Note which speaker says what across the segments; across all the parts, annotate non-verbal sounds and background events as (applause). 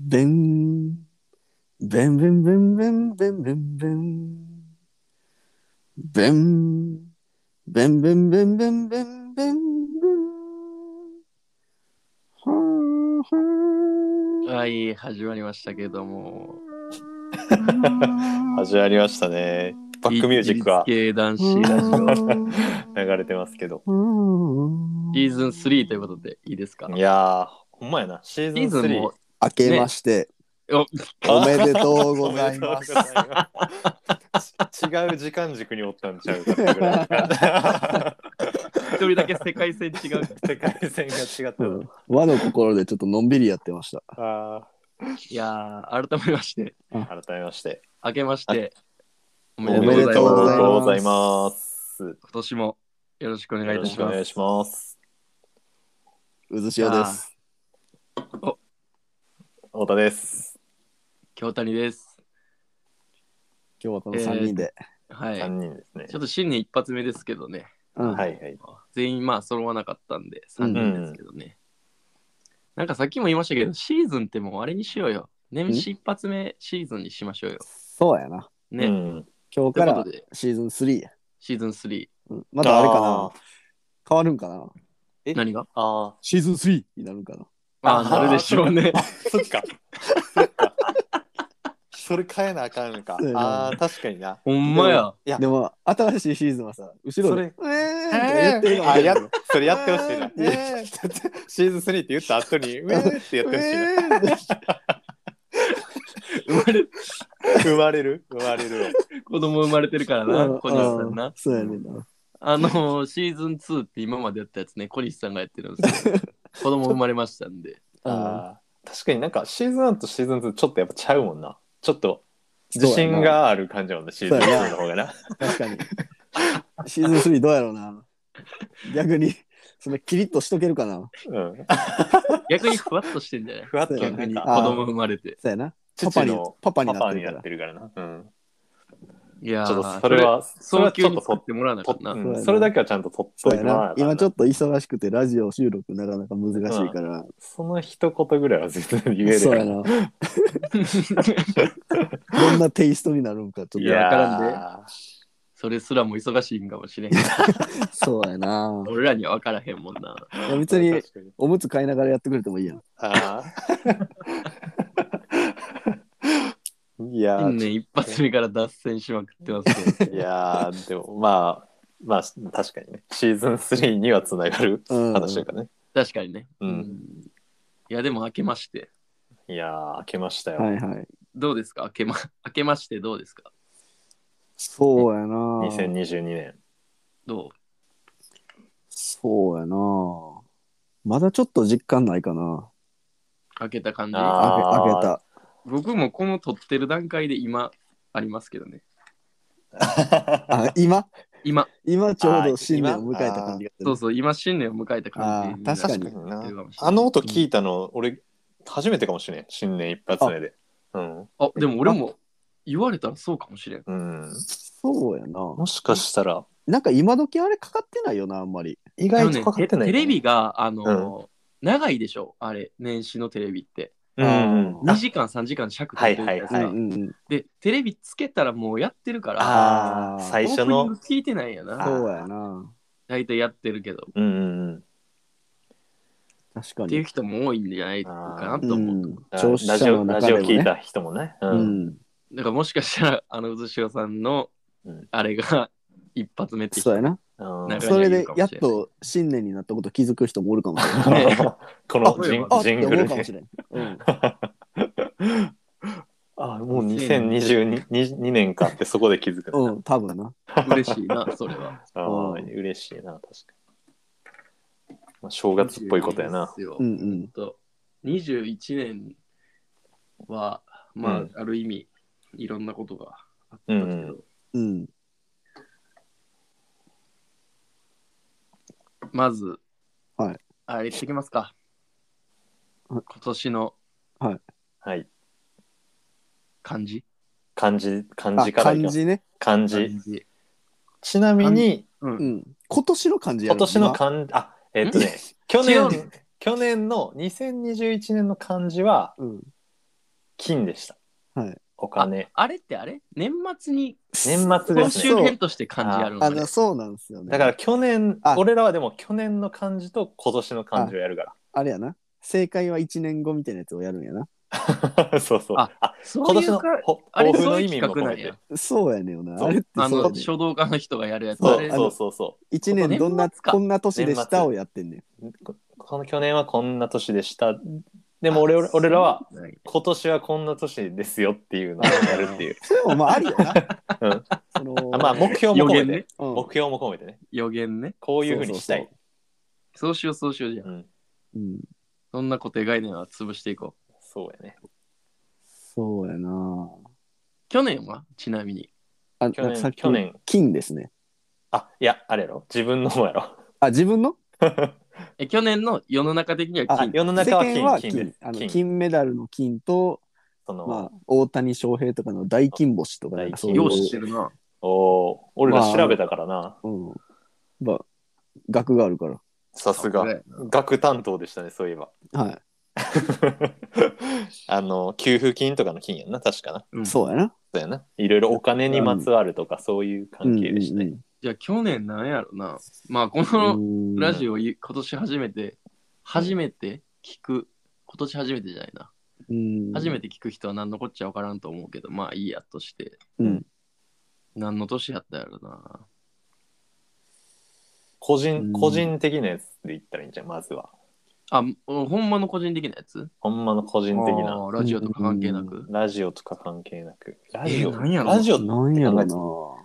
Speaker 1: ベン。ベンベンベンベンベンベンベン。ベン。ベンベンベンベンベンベンベン。はーはー
Speaker 2: はい、始まりましたけども。
Speaker 3: 始まりましたね。バックミュージックが
Speaker 2: 一律系男子ラジオ。
Speaker 3: 流れてますけど。
Speaker 2: シーズン3ということでいいですか
Speaker 3: いやー、ほんまやな。シ
Speaker 2: シー
Speaker 3: ーズン
Speaker 2: ズン
Speaker 3: 3
Speaker 2: も。
Speaker 1: 明けまして、
Speaker 2: お
Speaker 1: おめでとうございます。
Speaker 3: おめでとうございます (laughs) 違う時間軸におったんちゃうかってぐら
Speaker 2: 一人だけ世界線
Speaker 1: (laughs)
Speaker 2: 違う。
Speaker 3: い。世界線が違った
Speaker 1: うん
Speaker 3: な。
Speaker 1: 和の心でちょっとのんびりやってました。
Speaker 3: あ
Speaker 2: いやー、改めまして、
Speaker 3: ー改めまして。
Speaker 2: 明けまして、お
Speaker 1: めでとうございます
Speaker 3: おめでとうございます。
Speaker 2: 今年もよろしくお願い
Speaker 3: よ
Speaker 2: い
Speaker 3: ろ
Speaker 2: た
Speaker 3: し
Speaker 2: し
Speaker 3: くお
Speaker 2: ま
Speaker 3: 願い
Speaker 2: す。
Speaker 3: します。
Speaker 1: うずしおです。
Speaker 3: 太田です。
Speaker 2: 京谷です。
Speaker 1: 今日はこの3人で。
Speaker 2: はい。
Speaker 3: 3人ですね
Speaker 2: ちょ。っと新年一発目ですけどね、
Speaker 1: うん
Speaker 3: はいはい。
Speaker 2: 全員まあ揃わなかったんで3人ですけどね、なんかさっきも言いましたけど、シーズンってもうあれにしようよ。年始一発目シーズンにしましょうよ。
Speaker 1: そうやな。
Speaker 2: ね。
Speaker 3: うん
Speaker 1: 今日から
Speaker 2: ということで
Speaker 1: シーズン3や。
Speaker 2: シーズン3。
Speaker 1: うんまだあれかな
Speaker 3: あー
Speaker 1: 変わるんかな
Speaker 3: え
Speaker 2: 何が
Speaker 3: あ
Speaker 1: シーズン3になるんかな
Speaker 2: あ
Speaker 3: あ
Speaker 2: あ、なるでし
Speaker 3: (laughs)
Speaker 2: ょうね。
Speaker 3: ー、そっ
Speaker 1: (laughs)
Speaker 3: か。そっかそれ変えなあかんのか
Speaker 1: そうや。な
Speaker 3: あー、確かにな。
Speaker 2: ほんまや。
Speaker 3: いや
Speaker 1: でも新しいシーズンはさ、後ろで。えーって言ってるの (laughs)
Speaker 3: あや
Speaker 1: っ
Speaker 3: それやってほしいな。
Speaker 1: えー
Speaker 3: シーズン3って言った後に、うえーってやってほしいな。
Speaker 2: 生まれ
Speaker 3: 生まれる生まれるわ。
Speaker 2: 子供生まれてるからな、小西さんな。
Speaker 1: そうやねんな。
Speaker 2: あの、シーズン2って今までやったやつね、小西さんがやってるんですけ
Speaker 3: (laughs)
Speaker 2: ど、子供生まれましたんで。
Speaker 1: あ
Speaker 3: あー確かになんかシーズン1とシーズン2ちょっとやっぱちゃうもんな。ちょっと自信がある感じやもんな、シーズン2の方がな。
Speaker 1: ー確かに。シーズン3どうやろうな。逆に、そのキリッとしとけるかな。
Speaker 3: うん。
Speaker 2: 逆にふわっとしてんじゃない
Speaker 3: ふわっと
Speaker 1: そうやな
Speaker 2: 逆
Speaker 3: なん
Speaker 2: に子
Speaker 3: か、
Speaker 1: あ
Speaker 2: 供生まれて。
Speaker 1: そうやな。パパ
Speaker 3: 父
Speaker 1: に
Speaker 3: の、
Speaker 1: パパに
Speaker 3: パ
Speaker 1: なっ
Speaker 3: パ
Speaker 1: て
Speaker 3: に
Speaker 1: るか
Speaker 3: な
Speaker 1: ら
Speaker 3: っ。てるからな。うん。
Speaker 2: いやー
Speaker 3: ちょっとそれは、それ
Speaker 2: 早
Speaker 3: はち
Speaker 2: 急
Speaker 3: ょっ
Speaker 2: に
Speaker 3: と
Speaker 2: 取
Speaker 3: 取
Speaker 2: ってもらわなあか
Speaker 3: と
Speaker 2: んな。
Speaker 1: そうや
Speaker 3: う
Speaker 1: なん
Speaker 3: それだけはちゃんと取っ
Speaker 1: そう
Speaker 3: とい
Speaker 1: や
Speaker 3: てもらわな
Speaker 1: な
Speaker 3: あ。かん
Speaker 1: 今
Speaker 3: な
Speaker 1: ちょっと忙しくてラジオ収録なかなか難しいから。
Speaker 3: その一言ぐらいは絶対言える
Speaker 1: そうや
Speaker 3: な。
Speaker 1: な。 (laughs) どんなテイストになるんかちょっ
Speaker 3: い
Speaker 1: と
Speaker 3: や
Speaker 2: わからんで
Speaker 3: ー
Speaker 2: それすらも忙しいんかもしれん。
Speaker 1: そうやな。
Speaker 2: 俺らには分からへんもんな。
Speaker 1: いや別に
Speaker 3: 確かに
Speaker 1: おむつ買いながらやってくれてもいいやん。
Speaker 3: あ (laughs) あ。いや
Speaker 2: 新
Speaker 3: ー、
Speaker 2: 年一発目から脱線しまくってますけど
Speaker 3: (laughs) いやーでもまあ、まあ確かにね、シーズン3にはつながる
Speaker 1: うん
Speaker 3: 話だからね。
Speaker 2: 確かにね。
Speaker 3: うん。
Speaker 2: いや、でも明けまして。
Speaker 3: いやー、明けましたよ。
Speaker 1: はいはい。
Speaker 2: どうですか明け,、ま、明けましてどうですか
Speaker 1: そうやな。
Speaker 3: 2022年。
Speaker 2: ど
Speaker 1: そうやな。まだちょっと実感ないかな。
Speaker 2: う開けた感じ
Speaker 3: あー
Speaker 1: あけ開けた。
Speaker 2: 僕もこの撮ってる段階で今ありますけどね。
Speaker 1: あ今
Speaker 2: 今、
Speaker 1: 今ちょうど新年を迎えた感じがす
Speaker 2: そう
Speaker 1: る。
Speaker 2: そう、今新年を迎えた感じになる。
Speaker 1: あー確か
Speaker 3: にな
Speaker 2: ってるかもしれない
Speaker 3: あの音聞いたの、俺、初めてかもしれん。新年一発目で。うん。
Speaker 2: あ、でも俺も言われたらそうかもしれん。
Speaker 3: うん。
Speaker 1: そうやな。
Speaker 3: もしかしたら、
Speaker 1: なんか今時あれかかってないよな、あんまり。
Speaker 2: あ
Speaker 3: 意外
Speaker 2: のね
Speaker 3: とかかってない、
Speaker 2: テテレビ。が、あの、長いでしょあれ、年始のテレビって。
Speaker 3: うん。
Speaker 2: 2時間、3時間尺取ってるじゃないですか。
Speaker 3: はい
Speaker 1: うんうんうん。
Speaker 2: で、テレビつけたらもうやってるから、
Speaker 3: ああ、最初
Speaker 2: オープニン
Speaker 3: の。
Speaker 2: グ聞いてないんや
Speaker 3: あー
Speaker 2: な。
Speaker 1: そうやな。
Speaker 2: 大体やってるけど。
Speaker 3: うんうんうん。
Speaker 1: 確か
Speaker 2: っていう
Speaker 1: に。
Speaker 2: 人も多いんじゃないかなと
Speaker 1: う
Speaker 2: 思う。
Speaker 1: ん。聴
Speaker 3: ラ
Speaker 1: 取
Speaker 3: ジ
Speaker 1: 者の
Speaker 3: オ、
Speaker 1: 中
Speaker 3: ラジオ
Speaker 1: でも
Speaker 3: 聞い
Speaker 1: ね。
Speaker 3: た人もね。う。
Speaker 1: うんん。
Speaker 2: だからもしかしたら、 (laughs) あの、うずしおさんの
Speaker 3: うん、
Speaker 2: あれが一発目って人
Speaker 1: そうやな。
Speaker 3: うん
Speaker 2: なんか
Speaker 1: それでやっと新年になったこと気づく人もおるかもしれない。
Speaker 2: ね
Speaker 3: (laughs) このジン
Speaker 1: あっ
Speaker 3: ジ
Speaker 1: て
Speaker 3: ング
Speaker 1: 思う
Speaker 3: ル
Speaker 1: かも
Speaker 3: で
Speaker 1: し。れん。うん。
Speaker 3: あもう2022 2年かってそこで気づく
Speaker 1: う
Speaker 3: の、
Speaker 1: ん、多分な。
Speaker 2: 嬉しいな、それ
Speaker 3: (laughs)
Speaker 2: は。
Speaker 3: あー
Speaker 1: うん
Speaker 3: 嬉しいな確かに、まあ、正月っぽいことやな。
Speaker 2: ですよ
Speaker 1: うんうん。
Speaker 2: と21年は、まあ、
Speaker 3: うん
Speaker 2: ある意味、いろんなことがあったけど、
Speaker 3: うんうん
Speaker 1: うん。
Speaker 2: まず、
Speaker 1: はい
Speaker 2: あれしてきますか。
Speaker 1: は
Speaker 2: 今年の
Speaker 3: はい
Speaker 2: 漢字
Speaker 3: 漢字漢
Speaker 1: あ
Speaker 3: 字からいき
Speaker 1: 漢
Speaker 3: ます
Speaker 1: 字ね。
Speaker 3: 漢字
Speaker 2: 字。
Speaker 3: ちなみに
Speaker 2: うん
Speaker 1: う。ん。今年の漢字や
Speaker 3: 今
Speaker 1: ろ
Speaker 3: 年の漢字あえっとね去
Speaker 2: 違う
Speaker 3: 年去年の2021年の漢字は
Speaker 1: 今うん。
Speaker 3: 金でした。
Speaker 1: はい。
Speaker 3: お金。
Speaker 2: あれってあれ年末に
Speaker 3: 年末で
Speaker 2: 今
Speaker 3: す
Speaker 2: 週
Speaker 3: ね。
Speaker 2: 編として感じある
Speaker 1: あ
Speaker 2: の
Speaker 1: の
Speaker 2: ね。
Speaker 1: そうなんですよね。
Speaker 3: だから去年
Speaker 1: あ、
Speaker 3: 俺らはでも去年の漢字と今年の漢字をやるか
Speaker 1: あれやな。正解は1年後みたいなやつをやるんやな。
Speaker 3: ら。 (laughs) そうそう。
Speaker 2: あ
Speaker 3: あ、
Speaker 2: そ
Speaker 3: 今
Speaker 2: うい
Speaker 3: 年
Speaker 2: う
Speaker 3: の
Speaker 2: か、
Speaker 3: ほ
Speaker 2: あれ
Speaker 3: 抱負
Speaker 2: そ
Speaker 3: の
Speaker 2: ういう
Speaker 3: 意味
Speaker 2: 企
Speaker 3: も
Speaker 2: 画
Speaker 3: 込
Speaker 2: なん
Speaker 3: めて
Speaker 2: や。。
Speaker 1: そうやねんな。
Speaker 3: そう
Speaker 1: あれって
Speaker 2: あ
Speaker 1: そうや
Speaker 2: の、
Speaker 1: ねん
Speaker 2: 書道家の人がやるやつ。
Speaker 3: そ
Speaker 2: あ
Speaker 3: う
Speaker 2: れ
Speaker 3: そうそうそ
Speaker 1: 一年どんな
Speaker 2: 年末か
Speaker 1: こんな年でしたをやってんねん。
Speaker 3: う。この去年はこんな年でした。でも俺俺らは。
Speaker 2: はい
Speaker 3: 今年はこんな年ですよっていうのをや
Speaker 2: (laughs)
Speaker 3: るっていう。
Speaker 1: でもまあありやな。
Speaker 3: (laughs) うん
Speaker 1: その
Speaker 3: あまあ目標も
Speaker 2: 予言
Speaker 3: 込めて
Speaker 2: ね。。
Speaker 1: うん
Speaker 3: 目標も込めてね。
Speaker 2: 予言ね。
Speaker 3: こういうふうにしたい。
Speaker 2: そうしよう、そうしようじゃん。
Speaker 3: うん
Speaker 1: うん、
Speaker 2: そんな固定概念は潰していこう。
Speaker 3: そうやね。
Speaker 1: そうやな。
Speaker 2: 去年はちなみに。
Speaker 1: あ
Speaker 3: 去
Speaker 1: なんかさっ
Speaker 3: 年、
Speaker 1: き
Speaker 3: 去年。
Speaker 1: 金ですね。
Speaker 3: あ、いや、あれやろ。自分のもやろ。
Speaker 1: あ自分の
Speaker 2: え、去年の世の中的には
Speaker 1: あ
Speaker 2: 金。
Speaker 3: 世の中は
Speaker 1: 世
Speaker 3: 金
Speaker 1: 間は
Speaker 3: 金
Speaker 1: 金
Speaker 3: です
Speaker 1: あの
Speaker 3: 金
Speaker 1: 金メダルの金と、
Speaker 3: その、
Speaker 1: まあ、大谷翔平とかの大金星とかなんかそうい
Speaker 2: よう知っ
Speaker 1: う
Speaker 2: て、るな。
Speaker 3: おお俺ら
Speaker 1: まあ
Speaker 3: 調べたからな。
Speaker 1: うんまあ、額があるから。
Speaker 3: さすが。学担当でしたね、そういえば。 (laughs)
Speaker 1: はい、
Speaker 3: あの、給付金とかの金やんな、確かな。
Speaker 2: うん
Speaker 1: そうやな。
Speaker 3: そうやな。いろいろお金にまつわるとか、そういう関係でしたね。
Speaker 2: じゃあ去年なんやろな。まあこ
Speaker 1: うん
Speaker 2: の
Speaker 1: うんうん
Speaker 2: ラジオい今年初めて、初めて聞く、今年初めてじゃないな。
Speaker 1: うん
Speaker 2: 初めて聞く人は何のこっちゃわからんと思うけど、まあいいやとして。
Speaker 1: うん
Speaker 2: 何の年やったやろな。
Speaker 3: 個
Speaker 1: うん
Speaker 3: 人、個人的なやつで言ったらいいんじゃん、まずは。
Speaker 2: あ、ほんまの個人的なやつ
Speaker 3: ほんまの個人的な。
Speaker 2: あーラジオとか関係なく。
Speaker 3: ラジオとか関係なく。ラジオ、
Speaker 2: えーなんやろ
Speaker 3: ラジオ
Speaker 1: なんやろ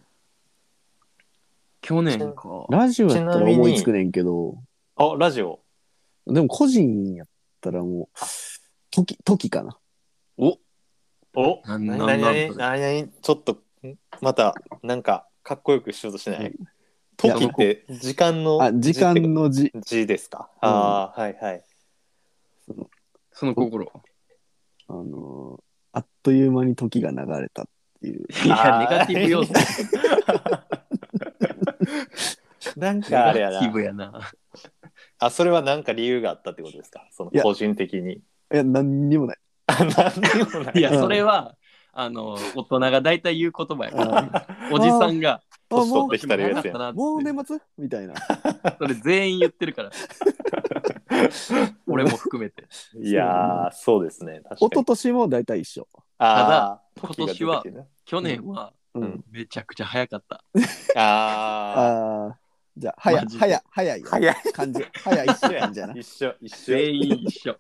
Speaker 2: 去年か。
Speaker 1: な。ラジオやったら思いつくねんけど、
Speaker 3: あ、ラジオ。
Speaker 1: でも個人やったらもう、時、時かな。
Speaker 2: お
Speaker 3: お
Speaker 2: なん
Speaker 3: 何
Speaker 2: なんなん
Speaker 3: 何
Speaker 2: それ
Speaker 3: 何何ちょっとんまたなんかかっこよくしようとしない
Speaker 1: や
Speaker 3: 時って時間の
Speaker 1: あ、時間の字。
Speaker 3: 字ですか、ああはいはい
Speaker 2: その心は。
Speaker 1: あのーあっという間に時が流れたっていう。
Speaker 2: いや、
Speaker 3: あ
Speaker 2: ネ
Speaker 3: ー
Speaker 2: ガティブ要素。ネ
Speaker 3: なんか
Speaker 2: ガ
Speaker 3: あれ
Speaker 2: テ (laughs)
Speaker 3: や
Speaker 2: ィ
Speaker 3: な
Speaker 2: ブやな。
Speaker 3: あそれはなんか理由があったってことですかその
Speaker 1: いや
Speaker 3: 個人的に (laughs)
Speaker 1: いや、何にもない。
Speaker 3: あ何にもない
Speaker 2: いや、
Speaker 1: うん
Speaker 2: それは、あの、大人が大体言う言葉やから。おじさんが、
Speaker 1: あ
Speaker 3: 年取
Speaker 1: も
Speaker 3: ってきたらやつ
Speaker 2: 年
Speaker 3: やん
Speaker 2: も
Speaker 1: う、
Speaker 2: な
Speaker 1: もう
Speaker 2: かったなっ
Speaker 1: 年末
Speaker 2: て
Speaker 1: みたいな。
Speaker 2: それ全員言ってる (laughs) から。俺も含めて。
Speaker 3: いやーそうですね確
Speaker 1: 一
Speaker 3: かに
Speaker 1: 昨年も大体一緒。
Speaker 3: あー
Speaker 2: ただ今年は
Speaker 3: 時が出てきてね
Speaker 2: 去年は
Speaker 1: うん。
Speaker 3: うん
Speaker 2: めちゃくちゃ早かった。
Speaker 3: あ
Speaker 1: ああ、じゃあ、早
Speaker 2: マ、ジで
Speaker 1: 早、早いよ
Speaker 3: あ。早い
Speaker 1: 感じ。早い一緒やんじゃ
Speaker 3: (laughs)
Speaker 1: ない。
Speaker 3: 一緒一緒
Speaker 2: 全員一緒。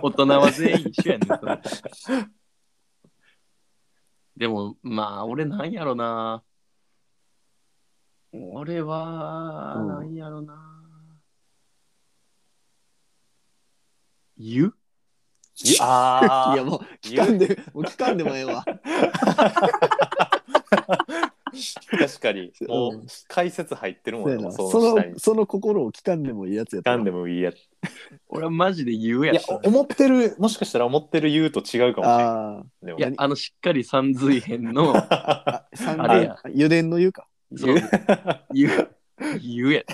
Speaker 2: 大人は全員一緒やねんそれ。でも、まあ、俺なんやろな。俺は、
Speaker 1: うん
Speaker 2: なんやろな。ゆ
Speaker 3: あー
Speaker 1: いや、もう、期間で、もう期間でもええわ。
Speaker 3: 確かに
Speaker 1: う、ん
Speaker 3: もう解説入ってる (laughs) も
Speaker 1: そうやなそ
Speaker 3: んね、もうその下に
Speaker 1: の、。その心を期間でもいいやつやった
Speaker 3: なん。でもいいや。い
Speaker 2: 俺はマジでゆうや
Speaker 3: や
Speaker 2: った、な。
Speaker 3: 思ってる、もしかしたら思ってる言うと違うかもし
Speaker 1: あ
Speaker 3: れない。でも
Speaker 2: いや、あの、しっかり三髄編の、
Speaker 3: (laughs)
Speaker 1: あ、三
Speaker 2: あれや
Speaker 1: 油田の湯か。
Speaker 2: そうゆ、ゆうや。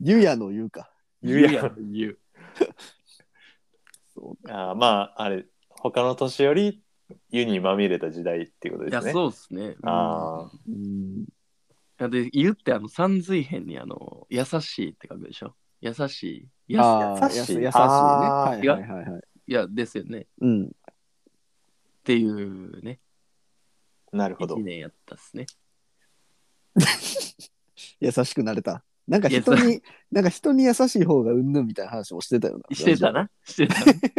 Speaker 1: 湯屋の湯か。
Speaker 3: ゆうや
Speaker 2: のゆ。
Speaker 3: あーまあ、あれ、他の年より湯にまみれた時代っていうこと
Speaker 2: い
Speaker 3: で
Speaker 2: や、
Speaker 3: すね。
Speaker 2: そうっすね。
Speaker 3: あ
Speaker 1: う
Speaker 3: ー
Speaker 1: ん。
Speaker 2: いやで、ゆってあの、三髄編にあの、優しいって書くでしょ優しい。や
Speaker 1: ああ、
Speaker 3: 優しい
Speaker 1: や優しいね。
Speaker 3: あ
Speaker 1: は
Speaker 3: ー
Speaker 1: いはいはいはい。
Speaker 2: いや、ですよね。っ
Speaker 1: うん。
Speaker 2: ていうね、
Speaker 3: なるほど
Speaker 2: 一。年やったっすね。
Speaker 1: 優しくなれた。なんか人に、なんか人に優しい方がうんぬんみたいな話もしてたよな。
Speaker 2: してた。な。して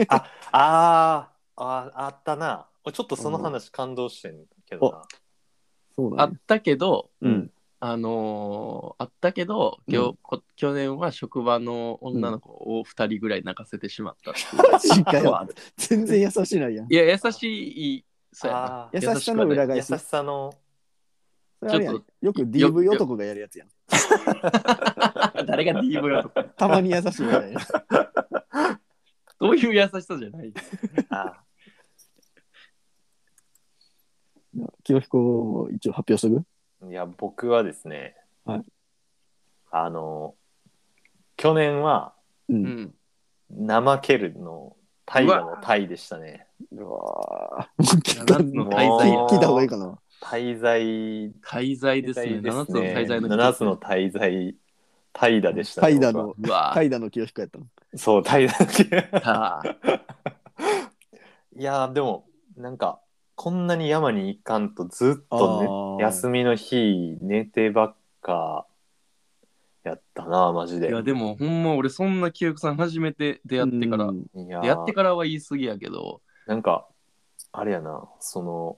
Speaker 2: た。
Speaker 3: あーあー、あったな。ちょっとその話感動してんけどな。
Speaker 1: そう
Speaker 2: あ
Speaker 1: だ
Speaker 2: っ
Speaker 1: ね。
Speaker 2: たけど、
Speaker 1: うん。
Speaker 2: あのーあったけど、今日、
Speaker 1: う
Speaker 2: こ去年は職場の女の子を二人ぐらい泣かせてしまったっていう
Speaker 1: しか
Speaker 2: ま
Speaker 1: よ
Speaker 2: あ。
Speaker 1: (laughs) 全然優しいないやん。
Speaker 2: いや、優しい、そうやな。
Speaker 3: あー
Speaker 1: 優しさの裏返
Speaker 3: 優
Speaker 1: し。そ
Speaker 3: しさの、
Speaker 1: れあれやん
Speaker 2: ちょっ
Speaker 1: よく DV 男がやるやつやん。
Speaker 2: (laughs) 誰が DV だとか。
Speaker 1: たまに優しいみたいな。
Speaker 2: そういう優しさじゃない。
Speaker 3: あ
Speaker 1: 清彦も一応発表しとく
Speaker 3: ーいや、僕はですね、
Speaker 1: はい
Speaker 3: あの、去年は
Speaker 1: う。
Speaker 2: うんん。
Speaker 3: 怠けるのをタイだもんタイでしたね。
Speaker 1: うわーもう聞かん
Speaker 2: 七つの
Speaker 1: の
Speaker 2: 大罪
Speaker 3: や
Speaker 1: 聞いた方がいいかな。
Speaker 3: 滞在
Speaker 2: 滞在ですね。7つの滞在の一つ
Speaker 3: 7つの滞在怠惰でした
Speaker 1: タイダ
Speaker 3: 僕は
Speaker 1: の、
Speaker 2: うわ
Speaker 1: タイダの清彦やったの。
Speaker 3: そう怠惰
Speaker 2: あー
Speaker 3: (laughs) いやーでもなんかこんなに山に行かんとずっと、ね、
Speaker 1: あー
Speaker 3: 休みの日寝てばっかやったなマジで
Speaker 2: いやでもほんま俺そんな清子さん初めて出会ってから、
Speaker 1: うん
Speaker 3: いやー
Speaker 2: 出会ってからは言い過ぎやけ
Speaker 3: (laughs)
Speaker 2: ど
Speaker 3: なんかあれやなその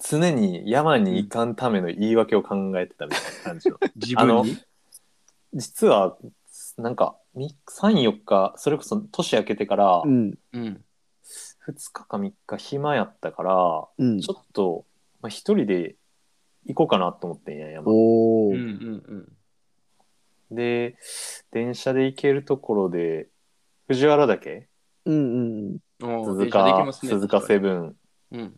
Speaker 3: 常に山に行かんための言い訳を考えてたみたいな感
Speaker 2: (laughs)
Speaker 3: じの
Speaker 2: 自
Speaker 3: あ
Speaker 2: 分
Speaker 3: の
Speaker 2: に
Speaker 3: 実はなんか34日それこそ年明けてから
Speaker 1: うん。
Speaker 2: うん
Speaker 3: 2日か3日暇やったから、
Speaker 1: うん
Speaker 3: ち。ょっと、まあ、一人で行こうかなと思ってんや山
Speaker 1: お
Speaker 2: うん
Speaker 1: ー。
Speaker 2: うん
Speaker 3: で電車で行けるところで藤原岳
Speaker 1: うんうん。
Speaker 2: うんおー
Speaker 3: 鈴
Speaker 2: 電車で行け
Speaker 3: 鹿、
Speaker 2: ますね
Speaker 3: 鈴鹿セブン
Speaker 2: うん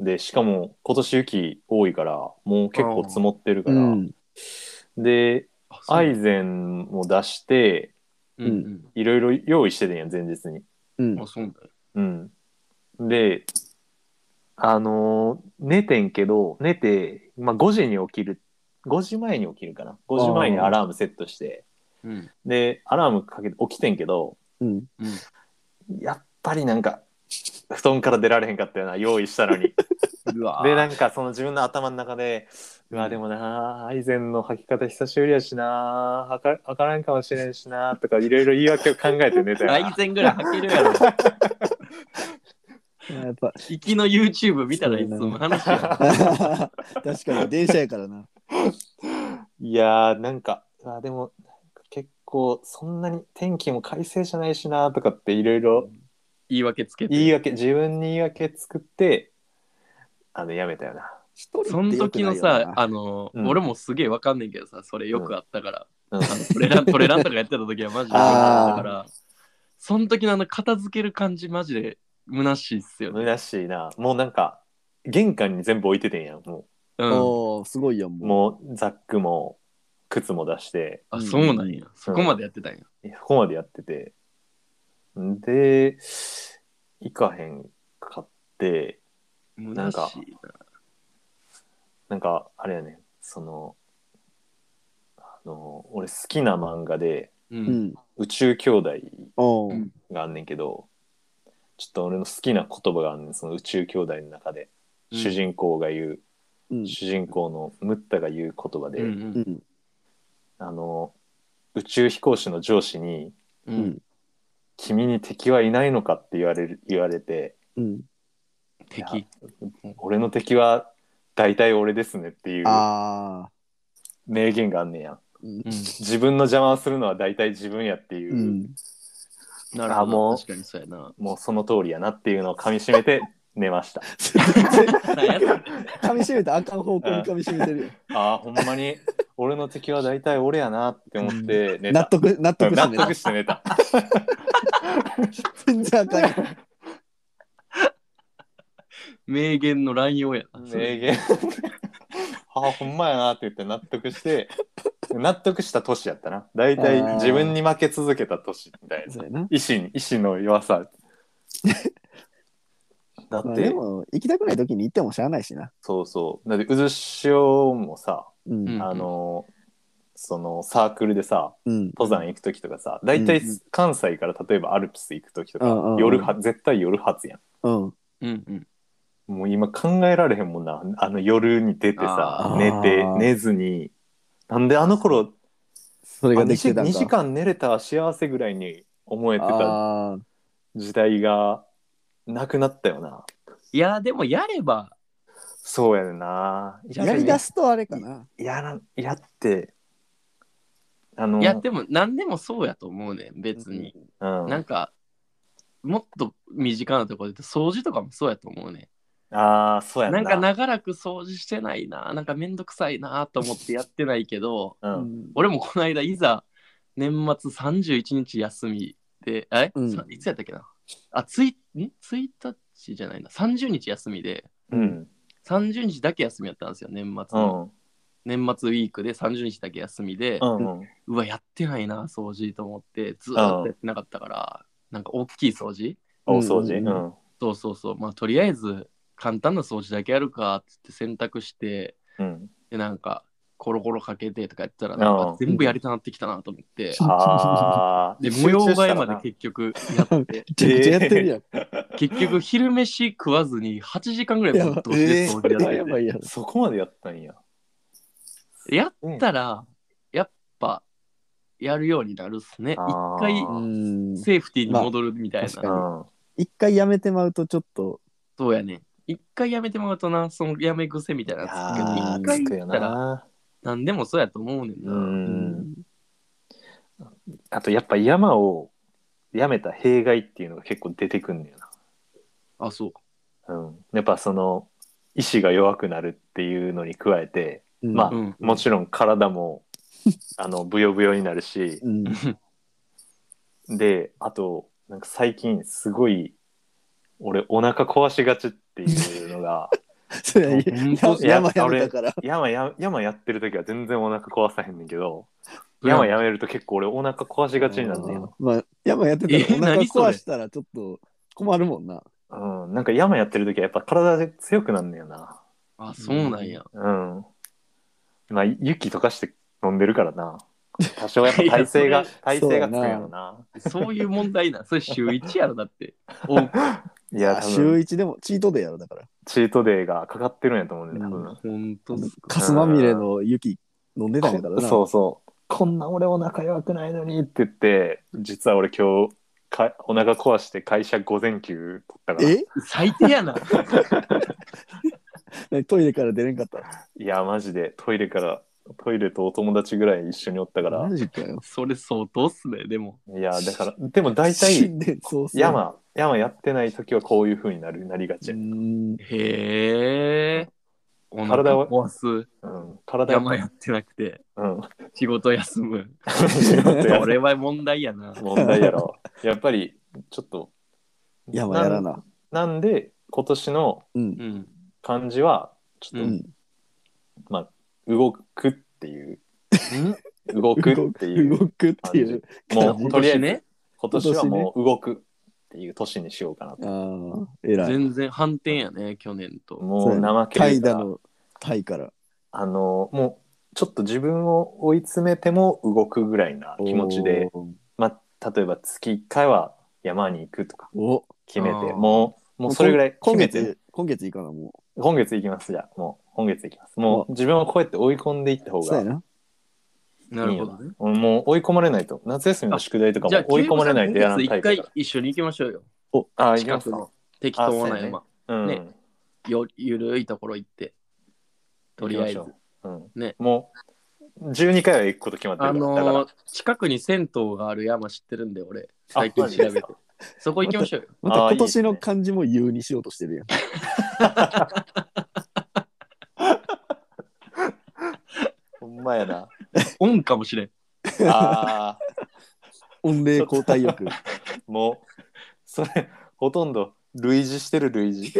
Speaker 3: でしかも今年雪多いからもう結構積もってるか
Speaker 1: う
Speaker 3: ら、
Speaker 1: ん。
Speaker 3: で
Speaker 2: あそう
Speaker 3: アイゼンも出して
Speaker 2: うん
Speaker 3: いろいろ用意してたんや前日に。
Speaker 1: うん
Speaker 2: うんあそうなんだよ
Speaker 3: うん、であのー寝てんけど寝て、まあ、5時に起きる5時前に起きるかな5時前にアラームセットして
Speaker 2: うん
Speaker 3: でアラームかけて起きてんけど
Speaker 1: うん。
Speaker 2: うん
Speaker 3: やっぱりなんか布団から出られへんかったよな用意したの
Speaker 2: (laughs)
Speaker 3: に
Speaker 2: う
Speaker 3: (laughs)
Speaker 2: わ
Speaker 3: で
Speaker 2: ー
Speaker 3: なんかその自分の頭の中でうわでもなアイゼンの履き方久しぶりやしなはかわからんかもしれんしなとかいろいろ言い訳を考えて寝たよ
Speaker 2: (laughs) 大
Speaker 3: な
Speaker 2: 前ぐらい履けるやろ
Speaker 3: (laughs)
Speaker 1: やっぱ。 (laughs)
Speaker 2: 行きの YouTube 見たらいつも話
Speaker 3: (laughs)
Speaker 2: や
Speaker 1: 確かに電車やからな。
Speaker 3: いやーなんかあでもなんか結構そんなに天気も快晴じゃないしなとかっていろいろ
Speaker 2: 言い訳つけて
Speaker 3: 言い訳自分に言い訳作ってあのやめたよな。
Speaker 2: その時のさ、あの、
Speaker 3: うん
Speaker 2: 俺もすげえわかんねんけどさ、それよくあったから、
Speaker 3: うん
Speaker 2: あの (laughs) トレラン、トレランとかやってた時はマジでよくあったから、その時のあの片付ける感じマジで虚しいっすよね。
Speaker 3: 虚しいなもうなんか玄関に全部置いててんやんも
Speaker 2: うん。
Speaker 1: おー、すごいやん、
Speaker 3: う
Speaker 1: も
Speaker 3: もうザックも靴も出して
Speaker 2: あ、そうなんや。そこまでやってたんや。
Speaker 3: ここまでやっててんで行かへんかって
Speaker 2: 虚しいな。
Speaker 3: なんかあれやねそのあの俺好きな漫画で
Speaker 2: う。
Speaker 1: う。うんん。
Speaker 3: 「宇宙兄弟
Speaker 1: おー。
Speaker 2: うん
Speaker 3: があんねんけどちょっと俺の好きな言葉があんねんその宇宙兄弟の中で、主人公が言う、
Speaker 1: うん。
Speaker 3: 主人公のムッタが言う言葉で、
Speaker 2: うんうん
Speaker 3: あの宇宙飛行士の上司に
Speaker 1: う
Speaker 2: う。
Speaker 1: んん。
Speaker 3: 「君に敵はいないのか?」って言われる言われて
Speaker 1: うん。
Speaker 2: 敵。
Speaker 3: 「俺の敵は大体俺ですね」っていう
Speaker 1: ああ。
Speaker 3: 名言があんねんやん
Speaker 1: うん
Speaker 2: うん。
Speaker 3: 自分の邪魔をするのは大体自分やっていう、
Speaker 1: うん。
Speaker 2: なる
Speaker 3: あ
Speaker 2: ほ
Speaker 3: も
Speaker 2: ど。
Speaker 3: う
Speaker 2: 確かにそうやな。
Speaker 3: もうその通りやなっていうのをかみしめて寝ました
Speaker 2: なんやそれ
Speaker 1: 噛み締めたあかん方向に噛み締めてるよ。
Speaker 3: ああほんまに俺の敵は大体俺やなって思って寝た
Speaker 1: 納得、納
Speaker 3: うん
Speaker 1: 得し
Speaker 3: 納
Speaker 1: てね
Speaker 3: 得。して寝た
Speaker 1: 全然あかんよ。
Speaker 2: 名言の乱用やな。それ
Speaker 3: 名言 (laughs) ああほんまやなって言って納得して納得した年やったな大体
Speaker 1: あー
Speaker 3: 自分に負け続けた年みたいな
Speaker 1: そうやな。
Speaker 3: 意志に意志の弱さ
Speaker 1: (laughs) ま
Speaker 3: だっ
Speaker 1: あ
Speaker 3: て、
Speaker 1: でも、行きたくない時に行ってもしゃあないしな。
Speaker 3: そうそうだって渦潮もさ、
Speaker 1: うん。
Speaker 2: うん
Speaker 3: あのそのサークルでさ
Speaker 1: うん。
Speaker 3: 登山行く時とかさ大体
Speaker 1: うんうん
Speaker 3: 関西から例えばアルプス行く時と
Speaker 1: う
Speaker 3: か、
Speaker 1: んうんうん
Speaker 3: 夜は絶対夜発や
Speaker 1: うん。
Speaker 2: うんうん。
Speaker 3: んもう今考えられへんもんなあの夜に出てさ
Speaker 1: あ
Speaker 3: 寝
Speaker 1: ー
Speaker 3: て寝ずになんであの頃
Speaker 1: それ
Speaker 3: あ
Speaker 1: が
Speaker 3: 2
Speaker 1: でき
Speaker 3: 時
Speaker 1: てたんか。
Speaker 3: 2時間寝れたら幸せぐらいに思えてた
Speaker 1: あー
Speaker 3: 時代がなくなったよない
Speaker 2: や、でもやれば、
Speaker 3: そうやねんな
Speaker 2: じゃあ
Speaker 1: やりだすとあれかな。
Speaker 3: やらやってあの
Speaker 2: いや、でも何でもそうやと思うねん、別に。
Speaker 3: うん、
Speaker 2: なんか、もっと身近なところで言うと掃除とかもそうやと思うね。
Speaker 3: ああそうやん
Speaker 2: な
Speaker 3: なん
Speaker 2: か長らく掃除してないな、なんかめんどくさいなと思ってやってないけど、
Speaker 3: う、
Speaker 1: うんん。
Speaker 2: (laughs) 俺もこの間いざ年末31日休みで、え、
Speaker 1: うん
Speaker 2: さいつやったっけなあ、つい、ん ?1 日じゃないな、30日休みで、
Speaker 3: うん
Speaker 2: 30日だけ休みやったんですよ、年末
Speaker 3: う
Speaker 2: の。
Speaker 3: ん
Speaker 2: 年末ウィークで30日だけ休みで、
Speaker 3: うん
Speaker 2: うわ、やってないな、掃除と思って、ずーっとやってなかったから、なんか大きい掃除
Speaker 3: お掃除。
Speaker 1: うん
Speaker 3: う
Speaker 2: そうそうそう。まあ、とりあえず、簡単な掃除だけやるかっつって選択して、
Speaker 3: ん。うん。
Speaker 2: で、なんか、コロコロかけてとかやったら、
Speaker 3: ん
Speaker 2: なんか全部やりたなってきたなと思って、
Speaker 3: あー
Speaker 2: で、模様替えまで
Speaker 3: 集中
Speaker 2: 結局やって、
Speaker 1: めちゃくちゃやってるやん。
Speaker 2: 結局昼飯食わずに8時間ぐらい
Speaker 1: や
Speaker 2: ぶ
Speaker 1: ば
Speaker 2: っ通しで掃
Speaker 1: そ
Speaker 2: 除
Speaker 1: れ
Speaker 2: や
Speaker 1: は
Speaker 2: って
Speaker 1: やばいやん
Speaker 3: したな。そこまでやったんや。
Speaker 2: て、やったら、やっぱ、やるようになるっすね。
Speaker 3: あー
Speaker 2: 一回、
Speaker 1: うん
Speaker 2: セーフティーに戻るみたい
Speaker 1: まあ確
Speaker 2: な。
Speaker 1: かに
Speaker 3: うん。
Speaker 1: 一回やめてまうとちょっと、
Speaker 2: そうやね。一回やめてもらうとな、そのやめ癖みたいなのつくけど
Speaker 1: あー
Speaker 2: 一
Speaker 3: つ
Speaker 2: 回
Speaker 3: く
Speaker 2: 言
Speaker 3: よ
Speaker 2: ったら
Speaker 3: な。
Speaker 2: 何でもそうやと思うねん
Speaker 3: う
Speaker 2: な。
Speaker 3: ん。あとやっぱ山をやめた弊害っていうのが結構出てくんだよ
Speaker 2: あ、そう。
Speaker 3: な。うん。やっぱその意志が弱くなるっていうのに加えて、
Speaker 1: うん
Speaker 3: まあ (laughs)
Speaker 2: うん。
Speaker 3: もちろん
Speaker 2: (laughs)
Speaker 3: 体もあのブヨブヨになるし、
Speaker 1: うん
Speaker 3: で、あとなんか最近すごい俺お腹壊しがちっていう
Speaker 2: (laughs)
Speaker 3: のが
Speaker 1: そうや
Speaker 2: 本当
Speaker 1: や山やめたから。
Speaker 3: 山や山やってる時は全然お腹壊さへんねんけど、
Speaker 2: うん
Speaker 3: 山やめると結構俺お腹壊しがちになるんだよ。
Speaker 1: まあ、山やってた
Speaker 2: え
Speaker 1: らお腹
Speaker 2: 何それ
Speaker 1: 壊したらちょっと困るもんな。
Speaker 3: うん、なんか山やってる時はやっぱ体で強くなんだよな。
Speaker 2: あ、そうなんや。
Speaker 3: うん。まあ、雪溶かして飲んでるからな。多少やっぱ体勢
Speaker 2: い
Speaker 3: が
Speaker 2: や、
Speaker 3: 体勢がつくんやろな。
Speaker 2: そういう問題なん。それ週1やろ、だって。多く
Speaker 3: いや、多
Speaker 1: 週
Speaker 3: 分
Speaker 1: 一でもチートでやるだから。
Speaker 3: チートデイがかかってるんやと思うね、多分。
Speaker 2: ほんとっすか。
Speaker 1: カスまみれの雪飲んでたんやから
Speaker 3: こ
Speaker 1: な。
Speaker 3: そうそう。こんな俺お腹弱くないのにって言って、実は俺今日、かお腹壊して会社午前休取ったから。
Speaker 1: え
Speaker 2: 最低やな。
Speaker 1: 何トイレから出れんかった。
Speaker 3: いや、マジでトイレから、トイレとお友達ぐらい一緒におったから
Speaker 1: マ。ジかよ。
Speaker 2: それ相当っすね、でも。
Speaker 3: いや、だから、でも大体、
Speaker 1: 新年早々。
Speaker 3: 山山やってない時はこういう風になるなりが
Speaker 1: う
Speaker 3: ち、うん
Speaker 1: ん。
Speaker 2: へえ。お腹
Speaker 3: 体は
Speaker 2: 壊す。
Speaker 3: 体
Speaker 2: 山やってなくて、
Speaker 3: うん (laughs)
Speaker 2: 仕事休む。
Speaker 3: や
Speaker 2: それは問題やな。
Speaker 3: 問題やろやっぱりちょっと
Speaker 1: 山やらな。
Speaker 3: なんで今年の
Speaker 1: うん
Speaker 2: う。ん。
Speaker 3: 漢字はちょっと、
Speaker 1: うん
Speaker 3: まあ動くっていう
Speaker 2: うん
Speaker 3: 動くっていう
Speaker 1: 動くっていう。
Speaker 3: もう
Speaker 2: 今
Speaker 3: とりあ
Speaker 2: 年
Speaker 3: えず
Speaker 2: ね、
Speaker 3: 今年はもう動くっていう年にしようかなと、
Speaker 1: ああ、偉い。
Speaker 2: 全然反転やね、去年と。
Speaker 3: もう怠け
Speaker 1: タ
Speaker 3: る
Speaker 1: イだ
Speaker 3: から
Speaker 1: の、タイから。
Speaker 3: あのもうちょっと自分を追い詰めても動くぐらいな気持ちでまあ、例えば月1回は山に行くとか
Speaker 1: おー。お
Speaker 3: 決めて
Speaker 2: あー
Speaker 3: もうもうそれぐらい決
Speaker 1: 今
Speaker 3: め
Speaker 1: 月
Speaker 3: て、
Speaker 1: 今月いいかな、も
Speaker 3: 今月行きますじゃあもう今月行きますもう自分をこうやって追い込んでいった方
Speaker 1: う。そう
Speaker 3: が
Speaker 1: やな。
Speaker 2: なるほどね。
Speaker 3: うんもう追い込まれないと夏休みの宿題とか
Speaker 2: じゃあ
Speaker 3: も、追い込まれないとやら
Speaker 2: キ
Speaker 3: ない
Speaker 2: ューブさん今
Speaker 3: タイ
Speaker 2: 月
Speaker 3: プ
Speaker 2: 一回一緒に行きましょうよ。
Speaker 3: ああ行き
Speaker 2: 近
Speaker 3: ます
Speaker 2: く
Speaker 3: か
Speaker 2: の適当
Speaker 3: あそう
Speaker 2: な
Speaker 3: やね
Speaker 2: 山、
Speaker 3: うん、
Speaker 2: ねよゆるいところ行って。とりあえず
Speaker 3: 行きまし。ょう、うん
Speaker 2: ね
Speaker 3: もう12回は行くこと決まって
Speaker 2: あ
Speaker 3: るからだから
Speaker 2: のー近くに銭湯がある山知ってるんで、俺、最近
Speaker 3: マジ
Speaker 2: 調
Speaker 3: で
Speaker 2: べ
Speaker 3: す
Speaker 2: て
Speaker 3: か。
Speaker 2: そこ行きましょうよ。
Speaker 1: また
Speaker 3: あー
Speaker 1: 今年の漢字も言うにしようとしてるやん。
Speaker 3: ほんまやな
Speaker 2: オンかもしれん。
Speaker 3: あ
Speaker 1: 御礼交代欲。
Speaker 3: ーもうそれほとんど類似してる類似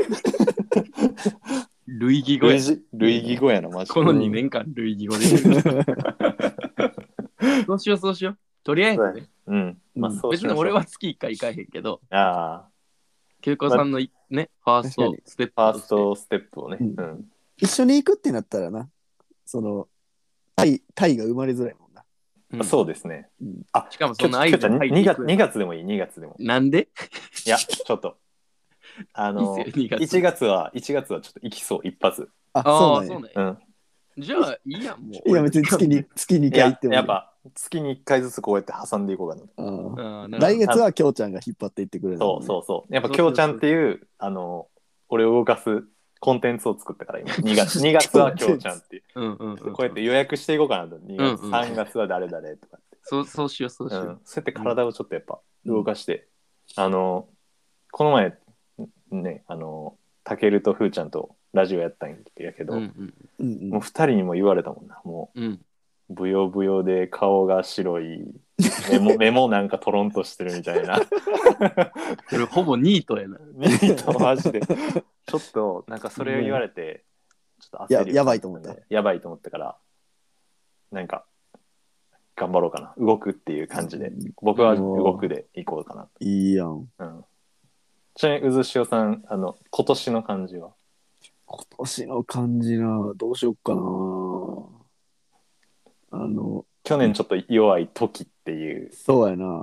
Speaker 2: 類義語や
Speaker 3: 類。似類義語やなマジで
Speaker 2: この2年間、類義語で。 (laughs) そうしよう、そうしよう。とりあえずね、
Speaker 3: うんまあ
Speaker 1: うん
Speaker 3: そうし
Speaker 2: 別
Speaker 3: ま
Speaker 2: に
Speaker 3: しょう
Speaker 2: 俺は月1回行かへんけど、
Speaker 3: あ
Speaker 2: 休子さんのいね、ファース
Speaker 1: 確
Speaker 2: ト
Speaker 1: か
Speaker 2: ステップ
Speaker 3: あ、ファ
Speaker 2: と
Speaker 3: ー
Speaker 2: し
Speaker 3: ス
Speaker 2: て。
Speaker 3: トステップをね。
Speaker 1: う
Speaker 3: うんん。
Speaker 1: 一緒に行くってなったらな、その、タイ、タイが生まれづらいもんな。
Speaker 2: うん
Speaker 3: そうですね。
Speaker 2: しかもその合図
Speaker 3: ちょっと
Speaker 2: 入って
Speaker 3: 二
Speaker 2: い
Speaker 3: 月
Speaker 2: く
Speaker 3: 二月でもいい、2月でも。
Speaker 2: なんで
Speaker 3: いや、ちょっと。あの、
Speaker 2: いいっすよ二月
Speaker 3: 1月は、一月はちょっと行きそう、一発。
Speaker 1: あ、
Speaker 2: あ
Speaker 1: そう
Speaker 2: あ、
Speaker 1: な
Speaker 2: そうん
Speaker 1: や。
Speaker 2: ね。
Speaker 3: うん。
Speaker 2: じゃあ、いいやん、もう。
Speaker 1: いや、別に月
Speaker 3: (laughs)
Speaker 1: に、月2
Speaker 3: い
Speaker 1: 回行
Speaker 3: や
Speaker 1: って、もいい
Speaker 3: やっ。ぱ、月に1回ずつこうやって挟んでいこうかな。
Speaker 1: うん
Speaker 2: あー。なるほど
Speaker 1: 来月はきょうちゃんが引っ張っていってくれる
Speaker 3: そ
Speaker 1: もん
Speaker 3: う
Speaker 1: ね。
Speaker 3: そうそう。やっぱ、
Speaker 2: そう
Speaker 3: きょうちゃんっていう、あの、俺を動かすコンテンツを作ったから、今。2月、二月はきょうちゃんって
Speaker 2: (laughs)
Speaker 3: いう。
Speaker 2: うんうんうん。
Speaker 3: こうやって予約していこうかなと。2月、
Speaker 2: うんうん
Speaker 3: 3月は誰々とかって。
Speaker 2: そうそうしよう、そうし
Speaker 3: う
Speaker 2: よ
Speaker 3: ん
Speaker 2: う。
Speaker 3: そうやって体をちょっとやっぱ動かして、あのこの前ねあのたけるとふーちゃんとラジオやったんやけど、
Speaker 2: うんうん
Speaker 1: うんうん。
Speaker 3: もう2人にも言われたもんなも
Speaker 2: うん。
Speaker 3: うぶよぶよで顔が白
Speaker 1: (laughs)
Speaker 3: い目も目もなんかトロンとしてるみたいな
Speaker 2: これほぼニートやな。
Speaker 3: ニートマジでちょっとなんかそれを言われて、ちょっと焦りを
Speaker 1: ややばいと思った
Speaker 3: やばいと思ったからなんか頑張ろうかな動くっていう感じで僕は動くでいこうかなと
Speaker 1: いいやん。
Speaker 3: うんちなみに、うずしおさん、あの、今年の漢字は
Speaker 1: 今年の漢字な、どうしよっかな。あの、
Speaker 3: 去年ちょっと弱い時っていう、
Speaker 1: そうやな。